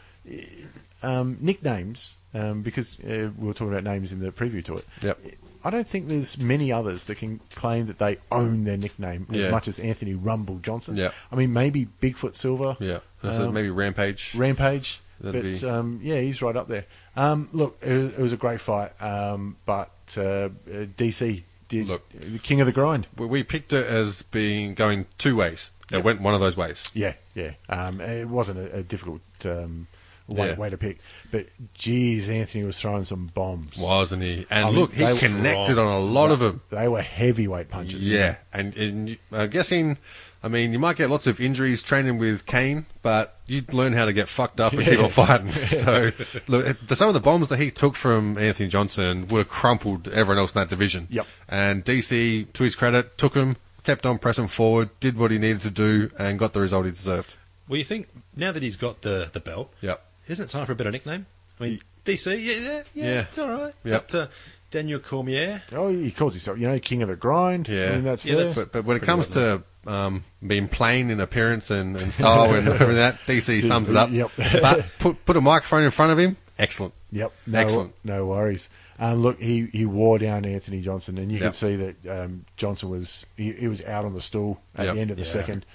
Speaker 3: um, nicknames um, because uh, we were talking about names in the preview to it.
Speaker 5: Yep.
Speaker 3: I don't think there's many others that can claim that they own their nickname as
Speaker 5: Yeah.
Speaker 3: much as Anthony Rumble Johnson.
Speaker 5: Yep.
Speaker 3: I mean, maybe Bigfoot Silver.
Speaker 5: Yeah.
Speaker 3: um,
Speaker 5: maybe Rampage.
Speaker 3: Rampage.
Speaker 5: That'd
Speaker 3: but
Speaker 5: be-
Speaker 3: um, yeah, he's right up there. Um, look, it was, it was a great fight, um, but uh, uh, DC did
Speaker 5: Look.
Speaker 3: the king of the grind.
Speaker 5: we, we picked it as being going two ways. It went one of those ways.
Speaker 3: Yeah, yeah. Um, it wasn't a, a difficult um, way,
Speaker 5: Yeah.
Speaker 3: way to pick, but geez, Anthony was throwing some bombs.
Speaker 5: Wasn't he? And
Speaker 3: I mean,
Speaker 5: look, he
Speaker 3: Oh, they were
Speaker 5: connected
Speaker 3: wrong.
Speaker 5: on a lot of them.
Speaker 3: They were heavyweight punches.
Speaker 5: Yeah, and, and you- I'm guessing, I mean, you might get lots of injuries training with Kane, but you'd learn how to get fucked up and keep on fighting. So, look, the, some of the bombs that he took from Anthony Johnson would have crumpled everyone else in that division.
Speaker 3: Yep.
Speaker 5: And DC, to his credit, took him, kept on pressing forward, did what he needed to do, and got the result he deserved.
Speaker 4: Well, you think now that he's got the, the belt,
Speaker 5: Yep.
Speaker 4: isn't it time for a better nickname? I mean, DC, yeah, yeah, yeah,
Speaker 5: Yeah.
Speaker 4: it's all right.
Speaker 5: Yep.
Speaker 4: But uh, Daniel Cormier,
Speaker 3: Oh, he calls himself, you know, king of the grind.
Speaker 5: Yeah.
Speaker 3: I mean, that's
Speaker 4: Yeah,
Speaker 3: there.
Speaker 4: that's-
Speaker 5: But, but when it
Speaker 4: Pretty
Speaker 5: comes
Speaker 4: well
Speaker 5: to um, being plain in appearance and, and style and everything that, DC sums it up.
Speaker 3: Yep.
Speaker 5: but put, put a microphone in front of him, excellent.
Speaker 3: Yep. No,
Speaker 5: Excellent.
Speaker 3: No worries. Um, look, he, he wore down Anthony Johnson, and you
Speaker 5: Yep.
Speaker 3: could see that um, Johnson was he, he was out on the stool at
Speaker 5: Yep.
Speaker 3: the end of the
Speaker 5: Yeah.
Speaker 3: second.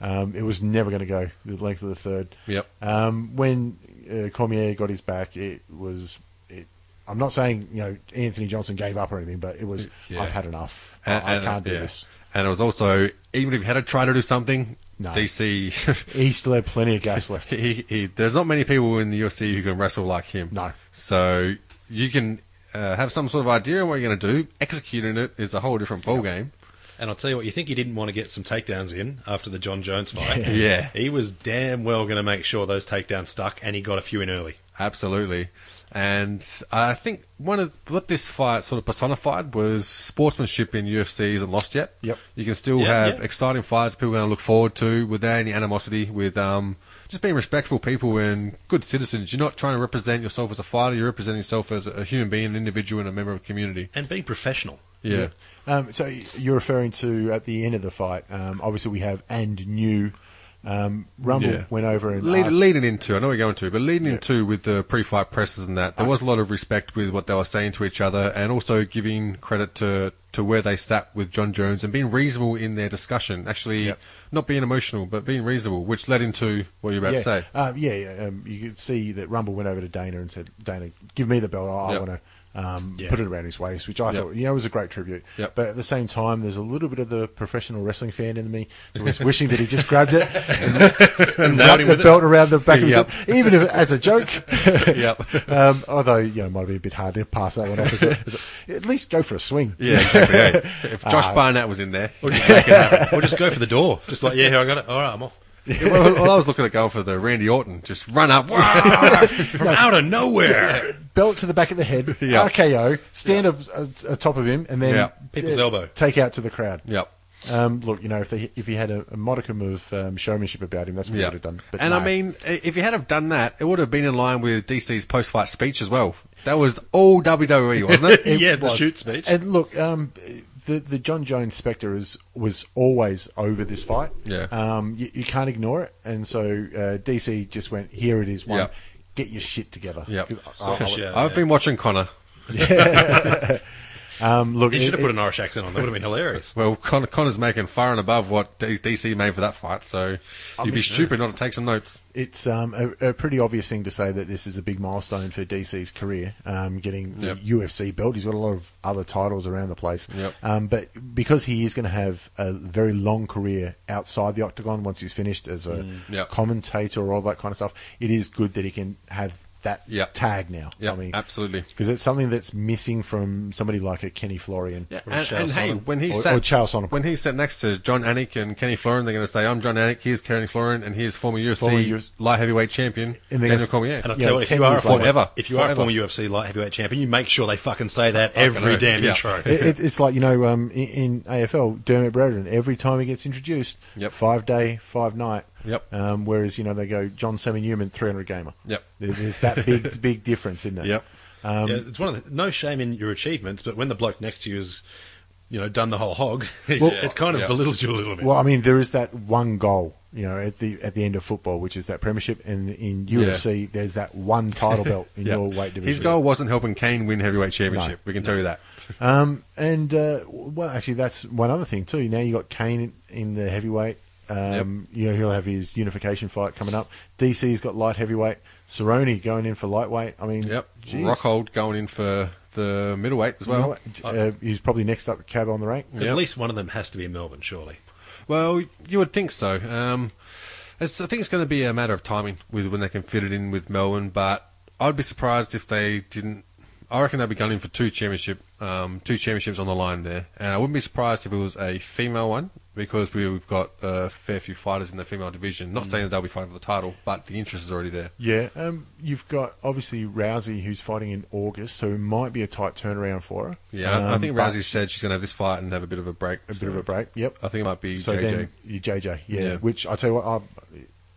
Speaker 3: Um, it was never going to go the length of the third.
Speaker 5: Yep.
Speaker 3: Um, when uh, Cormier got his back, it was. It, I'm not saying you know Anthony Johnson gave up or anything, but it was
Speaker 5: Yeah.
Speaker 3: I've had enough. I-
Speaker 5: And-
Speaker 3: I,
Speaker 5: and-
Speaker 3: can't do
Speaker 5: yeah.
Speaker 3: this.
Speaker 5: And it was also, even if he had to try to do something,
Speaker 3: No.
Speaker 5: DC,
Speaker 3: He still had plenty of gas left.
Speaker 5: he, he, there's not many people in the UFC who can wrestle like him.
Speaker 3: No.
Speaker 5: So you can uh, have some sort of idea on what you're going to do. Executing it is a whole different ballgame.
Speaker 4: and I'll tell you what, you think he didn't want to get some takedowns in after the John Jones fight?
Speaker 5: Yeah.
Speaker 4: He was damn well going to make sure those takedowns stuck, and he got a few in early.
Speaker 5: Absolutely. And I think one of what this fight sort of personified was sportsmanship in UFC isn't lost yet.
Speaker 3: Yep.
Speaker 5: You can still
Speaker 4: Yeah,
Speaker 5: have
Speaker 4: yeah.
Speaker 5: exciting fights people are going to look forward to without any animosity, with um, just being respectful people and good citizens. You're not trying to represent yourself as a fighter, you're representing yourself as a human being, an individual, and a member of a community.
Speaker 4: And being professional.
Speaker 5: Yeah.
Speaker 3: Um, so you're referring to at the end of the fight. Um, obviously, we have and new. Um, Rumble
Speaker 5: Yeah.
Speaker 3: went over and
Speaker 5: Lead,
Speaker 3: asked-
Speaker 5: leading into, I know we're going to, but leading into with the pre-fight presses and that, there
Speaker 4: Uh,
Speaker 5: was a lot of respect with what they were saying to each other, and also giving credit to to where they sat with John Jones and being reasonable in their discussion. Actually,
Speaker 3: Yep.
Speaker 5: not being emotional, but being reasonable, which led into what you're about
Speaker 3: yeah.
Speaker 5: to say.
Speaker 3: Um, yeah, yeah. Um, you could see that Rumble went over to Dana and said, "Dana, give me the belt. I,
Speaker 5: Yep.
Speaker 3: want to, um,
Speaker 4: Yeah.
Speaker 3: put it around his waist, which I
Speaker 5: Yep.
Speaker 3: thought, you know, was a great tribute.
Speaker 5: Yep.
Speaker 3: But at the same time, there's a little bit of the professional wrestling fan in me that was wishing that he just grabbed it and, and
Speaker 4: Nailed
Speaker 3: wrapped
Speaker 4: him
Speaker 3: the
Speaker 4: with it.
Speaker 3: belt around the back of his
Speaker 5: Yep.
Speaker 3: head, even if as a joke.
Speaker 5: Yep.
Speaker 3: um, although, you know, it might be a bit hard to pass that one off as a, as a- at least go for a swing.
Speaker 5: Yeah, exactly. yeah. If Josh Barnett was in there,
Speaker 4: Uh, We'll just, make it happen. We'll just go for the door. Just like, yeah, here, I got it. All right, I'm off.
Speaker 5: well, well, I was looking at going for the Randy Orton, just run up, wow,
Speaker 4: From out of nowhere.
Speaker 3: belt to the back of the head,
Speaker 5: Yeah.
Speaker 3: RKO, stand up uh, atop of him, and then
Speaker 5: Yeah.
Speaker 4: People's elbow.
Speaker 3: Take out to the crowd.
Speaker 5: Yep.
Speaker 3: Um, look, you know, if they, if he had a, a modicum of um, showmanship about him, that's what he
Speaker 5: yeah.
Speaker 3: would have done. But
Speaker 5: And
Speaker 3: no.
Speaker 5: I mean, i- if you had have done that, it would have been in line with DC's post-fight speech as well. That was all WWE, wasn't it?
Speaker 4: yeah, the
Speaker 3: was.
Speaker 4: shoot speech.
Speaker 3: And look, um, the the John Jones spectre is was always over this fight.
Speaker 5: Yeah.
Speaker 3: Um, you, you can't ignore it, and so uh, DC just went, here it is, one.
Speaker 5: Yeah.
Speaker 3: Get your shit together.
Speaker 5: Yep.
Speaker 3: 'Cause
Speaker 4: So-
Speaker 3: I- I-
Speaker 4: Oh, yeah,
Speaker 5: I've
Speaker 4: yeah.
Speaker 5: been watching Connor.
Speaker 3: um, look,
Speaker 4: You
Speaker 3: it-
Speaker 4: should
Speaker 3: it-
Speaker 4: have put an Irish accent on. That would have been hilarious.
Speaker 5: Well, Connor, Connor's making far and above what D- DC made for that fight, so you'd be stupid not to take some notes.
Speaker 3: it's um, a, a pretty obvious thing to say that this is a big milestone for DC's career, um, getting the
Speaker 5: Yep.
Speaker 3: UFC belt. He's got a lot of other titles around the place.
Speaker 5: Yep.
Speaker 3: Um, but because he is going to have a very long career outside the octagon once he's finished as a
Speaker 5: Mm. Yep.
Speaker 3: commentator or all that kind of stuff, it is good that he can have that
Speaker 5: Yep.
Speaker 3: tag now.
Speaker 5: Yeah, absolutely.
Speaker 3: Because it's something that's missing from somebody like a Kenny Florian.
Speaker 4: Or
Speaker 5: And,
Speaker 4: Charles
Speaker 5: and hey,
Speaker 4: Sonnen.
Speaker 5: when he
Speaker 3: Or-
Speaker 5: sat
Speaker 3: or Charles Sonnen.
Speaker 5: when he sat next to John Anik and Kenny Florin, they're going to say, "I'm John Anik. Here's Kenny Florin, and here's former UFC
Speaker 3: Former US
Speaker 5: light heavyweight champion
Speaker 3: And they're
Speaker 5: Daniel
Speaker 3: gonna-
Speaker 5: Cormier."
Speaker 4: And I
Speaker 3: Yeah,
Speaker 4: tell you, if
Speaker 3: 10
Speaker 4: you are a
Speaker 3: years
Speaker 4: former,
Speaker 5: later.
Speaker 4: if you are a
Speaker 5: Forever.
Speaker 4: former UFC light heavyweight champion, you make sure they fucking say that every
Speaker 5: know.
Speaker 4: damn
Speaker 5: Yeah.
Speaker 4: intro.
Speaker 3: it, it, it's like you know um, in, in AFL, Dermot Broden. Every time he gets introduced,
Speaker 5: Yep.
Speaker 3: five day, five night.
Speaker 5: Yep.
Speaker 3: Um, whereas you know they go John Semin Newman, three hundred gamer.
Speaker 5: Yep.
Speaker 3: There- There's that big big difference in that.
Speaker 5: Yep. Um,
Speaker 4: Yeah, it's one of the, no shame in your achievements, but when the bloke next to you has, you know, done the whole hog, it,
Speaker 3: Well-
Speaker 4: it kind of
Speaker 5: Yeah.
Speaker 4: belittles you a little bit.
Speaker 3: Well, I mean, there is that one goal, you know, at the at the end of football, which is that premiership, and in UFC, there's that one title belt in
Speaker 5: Yeah.
Speaker 3: your weight division.
Speaker 5: His goal wasn't helping Kane win heavyweight championship. We can tell you that.
Speaker 3: Um, and uh, well, actually, that's one other thing too. Now you got Kane in, in the heavyweight. Um, You know he'll have his unification fight coming up. DC's got light heavyweight. Cerrone going in for lightweight. I mean,
Speaker 5: Yep.
Speaker 3: geez.
Speaker 5: Rockhold going in for the middleweight as
Speaker 3: You know
Speaker 5: well.
Speaker 3: what? uh, he's probably next up. Cab on the rank.
Speaker 4: At
Speaker 5: Yeah.
Speaker 4: least one of them has to be in Melbourne, surely.
Speaker 5: Well, you would think so. Um, it's, I think it's going to be a matter of timing with when they can fit it in with Melbourne, but I'd be surprised if they didn't. I reckon they'd be gunning for two championship, um, two championships on the line there, and I wouldn't be surprised if it was a female one because we've got a fair few fighters in the female division.
Speaker 3: Mm.
Speaker 5: Not saying that they'll be fighting for the title, but the interest is already there.
Speaker 3: Yeah, um, you've got obviously Rousey who's fighting in August, so it might be a tight turnaround for her.
Speaker 5: Yeah, I- I
Speaker 3: Um,
Speaker 5: think
Speaker 3: but
Speaker 5: Rousey said she's going to have this fight and have a bit of a break.
Speaker 3: a bit of a break. Yep,
Speaker 5: I think it might be
Speaker 3: so
Speaker 5: JJ.
Speaker 3: then you JJ. Yeah,
Speaker 5: Uh, Yeah.
Speaker 3: which I tell you what, I,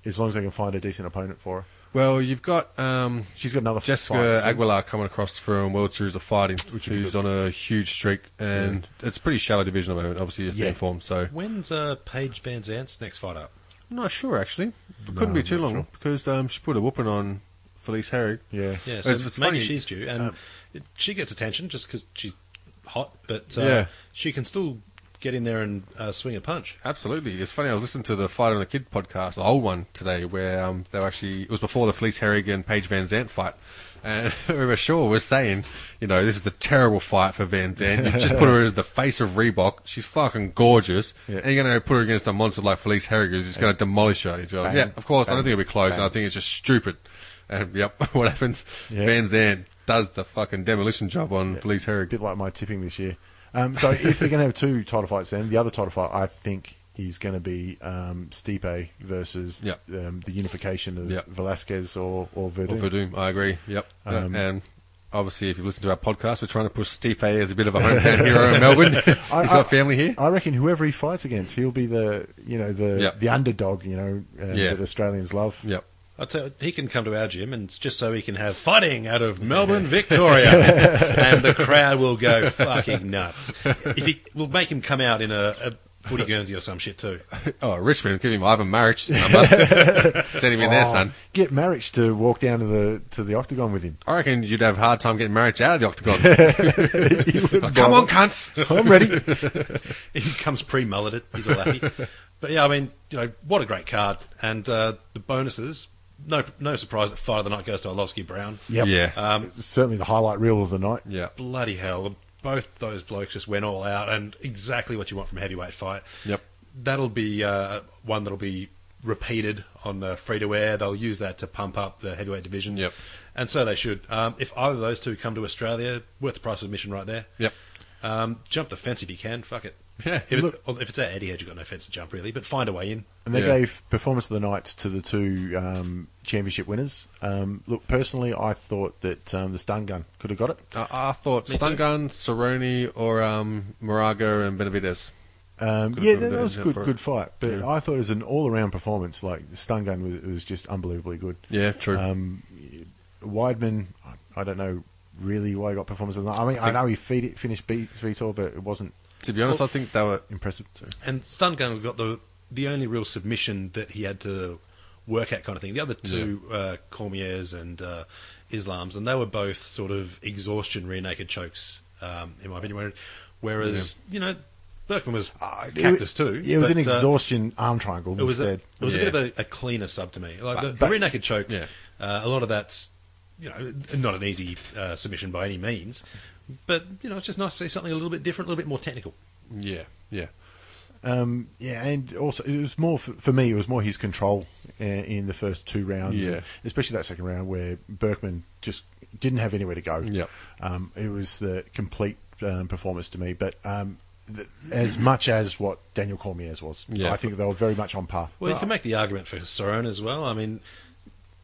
Speaker 3: as long as they can find a decent opponent for her,
Speaker 5: Well, you've got um,
Speaker 3: She's got another
Speaker 5: Jessica
Speaker 3: fight, isn't she?
Speaker 5: Aguilar coming across from World Series of Fighting,
Speaker 3: would be
Speaker 5: who's on a huge streak, and it's a pretty shallow division at the moment. Obviously, it's
Speaker 3: Yeah.
Speaker 5: being formed, so
Speaker 4: When's uh, Paige Van Zant's next fight up?
Speaker 5: I'm not sure actually. It couldn't be too long because um, she put a whooping on Felice Herrig.
Speaker 3: Yeah.
Speaker 4: Yeah, so
Speaker 5: It's- it's
Speaker 4: maybe
Speaker 5: funny. um,
Speaker 4: she's due, and it- she gets attention just because she's hot, but uh,
Speaker 5: Yeah.
Speaker 4: she can still get in there and uh, swing a punch.
Speaker 5: Absolutely, it's funny. I was listening to the Fighter and the Kid podcast, the old one today, where um, they were actually it was before the Felice Herrig and Paige Van Zant fight. And I remember Shaw was saying, you know, this is a terrible fight for Van Zant. You just put her as the face of Reebok. She's fucking gorgeous.
Speaker 3: Yeah.
Speaker 5: And you're going to put her against a monster like Felice Herrig who's just going to demolish her. He's like,
Speaker 3: Bang,
Speaker 5: yeah, of course. I
Speaker 3: bang,
Speaker 5: don't think it'll be close. And I
Speaker 3: bang.
Speaker 5: think it's just stupid. And yep, what happens?
Speaker 3: Yeah.
Speaker 5: Van Zant does the fucking demolition job on Felice
Speaker 3: a
Speaker 5: Herrig.
Speaker 3: bit like my tipping this year. Um, so if they're going to have two title fights, then the other title fight I think is going to be um, Stipe versus
Speaker 5: Yeah.
Speaker 3: um, the unification of
Speaker 5: Yeah.
Speaker 3: Velasquez or or
Speaker 5: Or
Speaker 3: Verdun.
Speaker 5: Verdum, I agree. Yep. Uh,
Speaker 3: Um,
Speaker 5: and obviously, if you listen to our podcast, we're trying to push Stipe as a bit of a hometown hero in Melbourne. He's got family here.
Speaker 3: I reckon whoever he fights against, he'll be the you know the
Speaker 5: Yeah.
Speaker 3: the underdog. You know uh,
Speaker 5: Yeah.
Speaker 3: that Australians love.
Speaker 5: Yep.
Speaker 4: I tell he can come to our gym, and it's just so he can have fighting out of Melbourne, Victoria, and the crowd will go fucking nuts. If he, we'll make him come out in a, a footy Guernsey or some shit too.
Speaker 5: Oh, Richmond, give him Ivan Marriage number. Send him in there,
Speaker 3: Oh,
Speaker 5: son.
Speaker 3: Get Marich to walk down to the to the octagon with him.
Speaker 5: I reckon you'd have a hard time getting Marriage out of the octagon. Come on, cunts.
Speaker 3: I'm ready.
Speaker 4: He comes pre-mulleted. He's all happy. but yeah, I mean, you know, what a great card, and uh, the bonuses. no no surprise that Fight of the Night goes to Arlovsky Brown.
Speaker 3: Yep. Uh,
Speaker 5: Yeah.
Speaker 4: Um,
Speaker 3: Certainly the highlight reel of the night.
Speaker 5: Yeah.
Speaker 4: bloody hell, both those blokes just went all out, and exactly what you want from a heavyweight fight.
Speaker 5: Yep.
Speaker 4: That'll be uh, one that'll be repeated on uh, free to air. They'll use that to pump up the heavyweight division.
Speaker 5: Yep.
Speaker 4: And so they should. Um, if either of those two come to Australia, worth the price of admission right there.
Speaker 5: Yep.
Speaker 4: Um, jump the fence if you can. Fuck it.
Speaker 5: Yeah,
Speaker 4: If, it,
Speaker 5: look-
Speaker 4: well, if it's at Eddie Edge, you've got no fence to jump really, but find a way in.
Speaker 3: And they
Speaker 5: Yeah.
Speaker 3: gave performance of the night to the two um, championship winners. Um, look, personally, I thought that um, the stun gun could have got it.
Speaker 5: I, Uh, I thought Stun Gun, Cerrone, or um, Morago and Benavides.
Speaker 3: Um,
Speaker 5: Could've
Speaker 3: yeah,
Speaker 5: done
Speaker 3: that, that
Speaker 5: better,
Speaker 3: was a
Speaker 5: yeah,
Speaker 3: good,
Speaker 5: for-
Speaker 3: good fight. But I thought it was an all-around performance. Like the stun gun was, was just unbelievably good.
Speaker 5: Yeah, true.
Speaker 3: Um, Weidman, I- I don't know really why he got performance of the night. I mean, I,
Speaker 5: think-
Speaker 3: know he feed it, finished beat Vitor, but it wasn't
Speaker 5: to be honest, I think they were.
Speaker 3: impressive. So.
Speaker 4: And Stun Gun got the the only real submission that he had to work at kind of thing. The other two, uh, Cormiers and uh, Islams, and they were both sort of exhaustion rear naked chokes, um, in my opinion. where- Whereas you know, Berkman was Uh, cactus too.
Speaker 3: Uh, It, was
Speaker 4: but,
Speaker 3: an
Speaker 4: uh,
Speaker 3: exhaustion arm triangle
Speaker 4: it was a,
Speaker 3: instead.
Speaker 4: it was
Speaker 5: Yeah.
Speaker 4: a bit of a, a cleaner sub to me. Like
Speaker 5: But-
Speaker 4: the, the
Speaker 5: but-
Speaker 4: rear naked choke.
Speaker 5: Yeah.
Speaker 4: Uh, a lot of that's you know not an easy uh, submission by any means, but you know it's just nice to see something a little bit different, a little bit more technical.
Speaker 5: Yeah, yeah.
Speaker 3: Um, yeah, and also it was more for, for me. It was more his control uh, in the first two rounds,
Speaker 5: Yeah.
Speaker 3: and especially that second round where Berkman just didn't have anywhere to go.
Speaker 5: Yep.
Speaker 3: um, it was the complete um, performance to me. But um, th as much as what Daniel Cormier's was,
Speaker 5: Yeah.
Speaker 3: I think they were very much on par.
Speaker 4: Well, you can make the argument for Cerrone as well. I mean,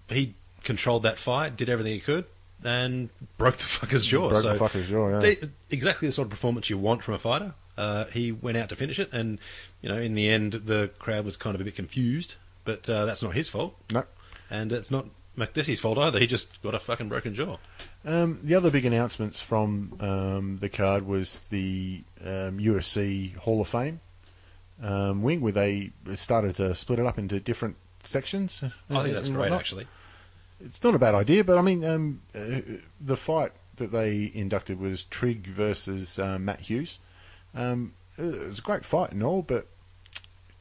Speaker 4: he controlled that fight, did everything he could, and broke the fucker's jaw.
Speaker 3: Broke
Speaker 4: so
Speaker 3: the fucker's jaw, yeah.
Speaker 4: they- exactly the sort of performance you want from a fighter. Uh, he went out to finish it, and you know, in the end, the crowd was kind of a bit confused, but uh, that's not his fault.
Speaker 3: No.
Speaker 4: and it's not McDessy's fault either. He just got a fucking broken jaw.
Speaker 3: Um, the other big announcements from um, the card was the um, UFC Hall of Fame um, wing, where they started to split it up into different sections.
Speaker 4: I think that's
Speaker 3: and
Speaker 4: great,
Speaker 3: whatnot.
Speaker 4: actually.
Speaker 3: It's not a bad idea, but I mean, um, uh, the fight that they inducted was Trigg versus uh, Matt Hughes. Um, it was a great fight and all, but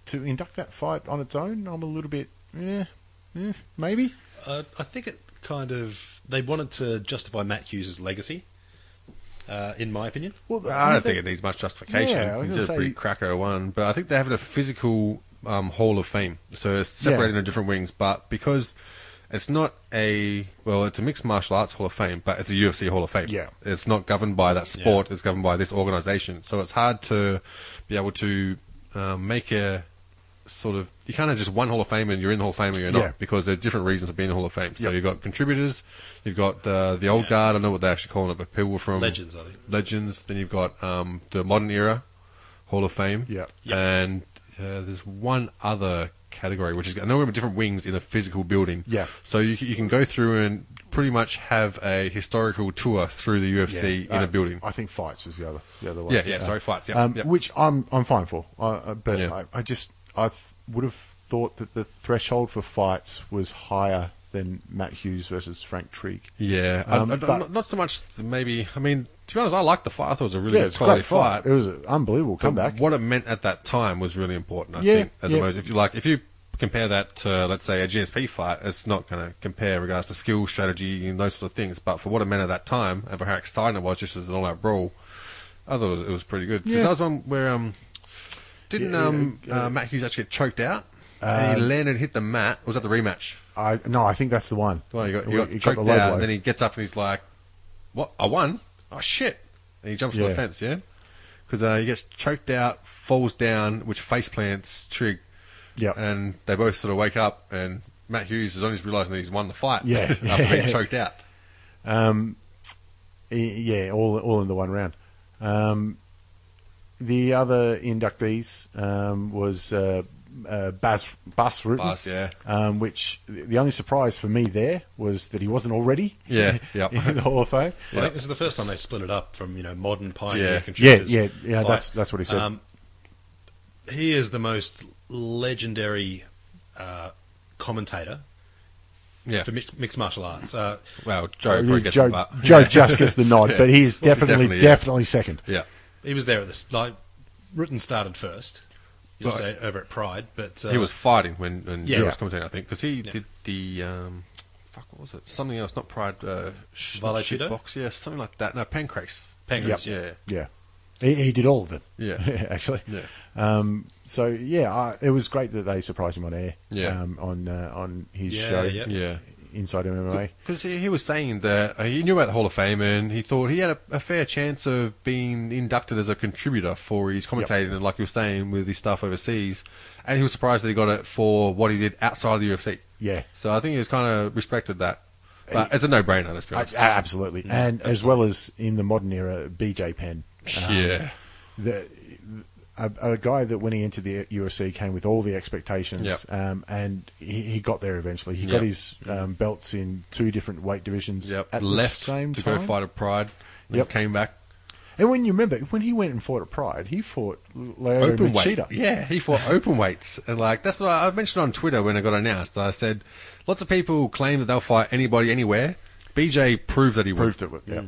Speaker 3: to induct that fight on its own, I'm a little bit, yeah, yeah maybe.
Speaker 4: Uh, I think it kind of they wanted to justify Matt Hughes' legacy, uh, in my opinion.
Speaker 3: Well,
Speaker 5: I don't think it needs much justification.
Speaker 3: Yeah, I was
Speaker 5: He's
Speaker 3: gonna
Speaker 5: a pretty
Speaker 3: say-
Speaker 5: cracker one, but I think they have a physical um, hall of fame, so it's separated
Speaker 3: Yeah.
Speaker 5: into different wings. But because it's not a well, it's a mixed martial arts hall of fame, but it's a UFC hall of fame.
Speaker 3: Yeah.
Speaker 5: it's not governed by that sport; it's governed by this organization. So it's hard to be able to um, make a sort of you can't have just one hall of fame and you're in the hall of fame or you're not
Speaker 3: Yeah.
Speaker 5: because there's different reasons for being in the hall of fame. So
Speaker 3: Yeah.
Speaker 5: you've got contributors, you've got the the old guard. I don't know what they're actually calling it, but people from
Speaker 4: Legends, I think.
Speaker 5: Legends. Then you've got um, the Modern Era Hall of Fame.
Speaker 3: Yeah.
Speaker 4: Yeah.
Speaker 5: And uh, there's one other category, which is I know we have different wings in a physical building.
Speaker 3: Yeah.
Speaker 5: So you, c- you can go through and pretty much have a historical tour through the UFC in
Speaker 3: Uh,
Speaker 5: a building.
Speaker 3: I think fights was the other, the other one.
Speaker 5: Yeah, yeah, sorry, fights, yeah,
Speaker 3: um,
Speaker 5: yeah.
Speaker 3: Which I'm, I'm fine for, I, I, but
Speaker 5: Yeah.
Speaker 3: I, I just, I th- would have thought that the threshold for fights was higher than Matt Hughes versus Frank Trigg.
Speaker 5: yeah.
Speaker 3: Um,
Speaker 5: I, I,
Speaker 3: but-
Speaker 5: not, not so much th- maybe. I mean, to be honest, I liked the fight. I thought it was a really
Speaker 3: yeah,
Speaker 5: good
Speaker 3: it's a
Speaker 5: quality
Speaker 3: great fight. It was an unbelievable
Speaker 5: But
Speaker 3: comeback.
Speaker 5: What it meant at that time was really important. I
Speaker 3: Yeah,
Speaker 5: think, as
Speaker 3: yeah.
Speaker 5: opposed if you like, if you compare that to let's say a GSP fight, it's not going to compare in regards to skill, strategy, and those sort of things. But for what it meant at that time and for how exciting it was, just as an all-out brawl, I thought it was, it was pretty good. Because
Speaker 3: Yeah.
Speaker 5: that was one where um, didn't
Speaker 3: Yeah, Uh, yeah,
Speaker 5: um, uh, Matt Hughes actually get choked out? and he landed, and hit the mat. Or was that the rematch?
Speaker 3: I no, I think that's the one.
Speaker 5: The one he got, he
Speaker 3: Where
Speaker 5: got choked
Speaker 3: low
Speaker 5: out,
Speaker 3: blow.
Speaker 5: and then he gets up and he's like, "What? I won? Oh shit!" And he jumps on
Speaker 3: Yeah.
Speaker 5: the fence, yeah, because uh, he gets choked out, falls down, which face plants Trig,
Speaker 3: Yeah.
Speaker 5: and they both sort of wake up, and Matt Hughes is only realizing that he's won the fight,
Speaker 3: Yeah.
Speaker 5: after being choked out.
Speaker 3: Um, y- yeah, all all in the one round. Um, the other inductees um, was uh, uh, Bas Bas Rutten,
Speaker 5: Bas, yeah.
Speaker 3: um, which the the only surprise for me there was that he wasn't already
Speaker 5: Yeah, yep.
Speaker 3: in the Hall of Fame.
Speaker 4: I think this is the first time they split it up from you know modern pioneer
Speaker 5: Yeah.
Speaker 4: contributors.
Speaker 3: Yeah, yeah, yeah,
Speaker 4: fight.
Speaker 3: that's- that's what he said.
Speaker 4: he is the most legendary uh, commentator
Speaker 5: Yeah,
Speaker 4: for mixed, mixed martial arts. Uh,
Speaker 5: well, Joe probably gets the
Speaker 3: Oh, Joe,
Speaker 5: butt.
Speaker 3: Joe just gets the nod,
Speaker 5: Yeah.
Speaker 3: but he is
Speaker 5: Well,
Speaker 3: definitely definitely,
Speaker 5: yeah.
Speaker 3: second.
Speaker 5: yeah.
Speaker 4: he was there at this. Like Rutten started first, You'd
Speaker 5: Right.
Speaker 4: say over at Pride, but uh,
Speaker 5: he was fighting when, when
Speaker 4: Yeah.
Speaker 5: Joe was commentating, I think, because he
Speaker 4: Yeah.
Speaker 5: did the um, fuck what was it? Something else, not Pride. Uh, sh-
Speaker 4: Vale
Speaker 5: shit
Speaker 4: Tudo?
Speaker 5: box, yeah, something like that. No, Pancrase.
Speaker 4: Pancrase,
Speaker 5: yeah,
Speaker 3: Yeah, he, he did all of them.
Speaker 5: Yeah.
Speaker 3: actually.
Speaker 5: Yeah.
Speaker 3: Um, so yeah, I, it was great that they surprised him on air.
Speaker 5: Yeah.
Speaker 3: Um, on uh, on his
Speaker 4: Yeah,
Speaker 3: show.
Speaker 4: yeah.
Speaker 5: yeah.
Speaker 3: Inside MMA.
Speaker 5: Because he, he was saying that uh, he knew about the Hall of Fame and he thought he had a, a fair chance of being inducted as a contributor for his commentating and, like you were saying, with his stuff overseas. And he was surprised that he got it for what he did outside of the UFC.
Speaker 3: Yeah.
Speaker 5: So I think he was kind of respected that. But it's a no brainer, let's be
Speaker 3: A-
Speaker 5: honest.
Speaker 3: a- absolutely,
Speaker 5: Mm.
Speaker 3: and as well as in the modern era, BJ Penn. Um,
Speaker 5: yeah.
Speaker 3: the, a, a guy that when he entered the UFC came with all the expectations,
Speaker 5: Yep.
Speaker 3: um, and he, he got there eventually. He
Speaker 5: Yep.
Speaker 3: got his um, belts in two different weight divisions
Speaker 5: Yep.
Speaker 3: at
Speaker 5: Left
Speaker 3: the same
Speaker 5: to
Speaker 3: time.
Speaker 5: go fight at Pride. Then
Speaker 3: Yep.
Speaker 5: Came back.
Speaker 3: And when you remember when he went and fought at Pride, he fought Leo
Speaker 5: open weight.
Speaker 3: Machida.
Speaker 5: Yeah, he fought open weights, and like that's what I, I mentioned on Twitter when it got announced. I said, lots of people claim that they'll fight anybody anywhere. BJ proved that he would.
Speaker 3: proved it. with- Yeah.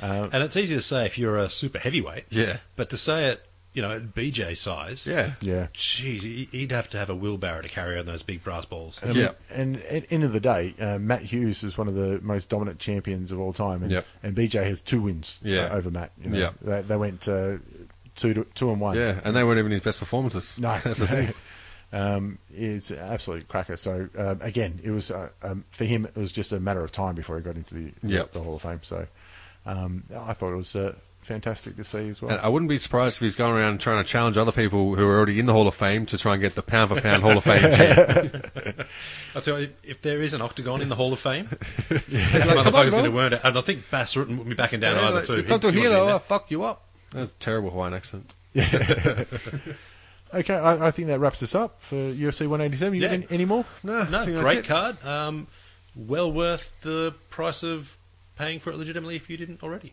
Speaker 4: and it's easy to say if you're a super heavyweight.
Speaker 5: Yeah.
Speaker 4: But to say it, you know, at BJ size.
Speaker 5: Yeah,
Speaker 3: Yeah.
Speaker 4: Jeez, he- he'd have to have a wheelbarrow to carry on those big brass balls.
Speaker 3: And, I
Speaker 5: Yeah.
Speaker 3: mean, and at the end of the day, uh, Matt Hughes is one of the most dominant champions of all time, and,
Speaker 5: Yep.
Speaker 3: and BJ has two wins uh,
Speaker 5: Yeah.
Speaker 3: over Matt. You know.
Speaker 5: Yeah.
Speaker 3: they, they went uh, two to, two and one.
Speaker 5: yeah, and they weren't even his best performances.
Speaker 3: No,
Speaker 5: that's the thing.
Speaker 3: Um, it's an absolute cracker. So um, again, it was uh, um, for him. It was just a matter of time before he got into the
Speaker 5: Yep.
Speaker 3: the Hall of Fame. So um, I thought it was uh, fantastic to see as well.
Speaker 5: And uh, I wouldn't be surprised if he's going around trying to challenge other people who are already in the Hall of Fame to try and get the pound for pound Hall of Fame chair.
Speaker 4: I tell you, if there is an octagon in the Hall of Fame, that
Speaker 5: "Come on,
Speaker 4: motherfucker's going
Speaker 5: bro."
Speaker 4: to earn it. And I think Bass Rutten wouldn't be backing down
Speaker 5: Yeah,
Speaker 4: either,
Speaker 5: like,
Speaker 4: too.
Speaker 5: "You come
Speaker 4: He'd-
Speaker 5: to
Speaker 4: he
Speaker 5: here,
Speaker 4: wouldn't be in
Speaker 5: though,
Speaker 4: there.
Speaker 5: I'll fuck you up. That's a terrible Hawaiian accent.
Speaker 3: okay, I, I think that wraps us up for UFC 187. You got
Speaker 4: Yeah.
Speaker 3: any, any more?
Speaker 5: No, I
Speaker 4: No,
Speaker 5: think that's
Speaker 4: great
Speaker 5: it.
Speaker 4: card. Um, well worth the price of paying for it legitimately if you didn't already.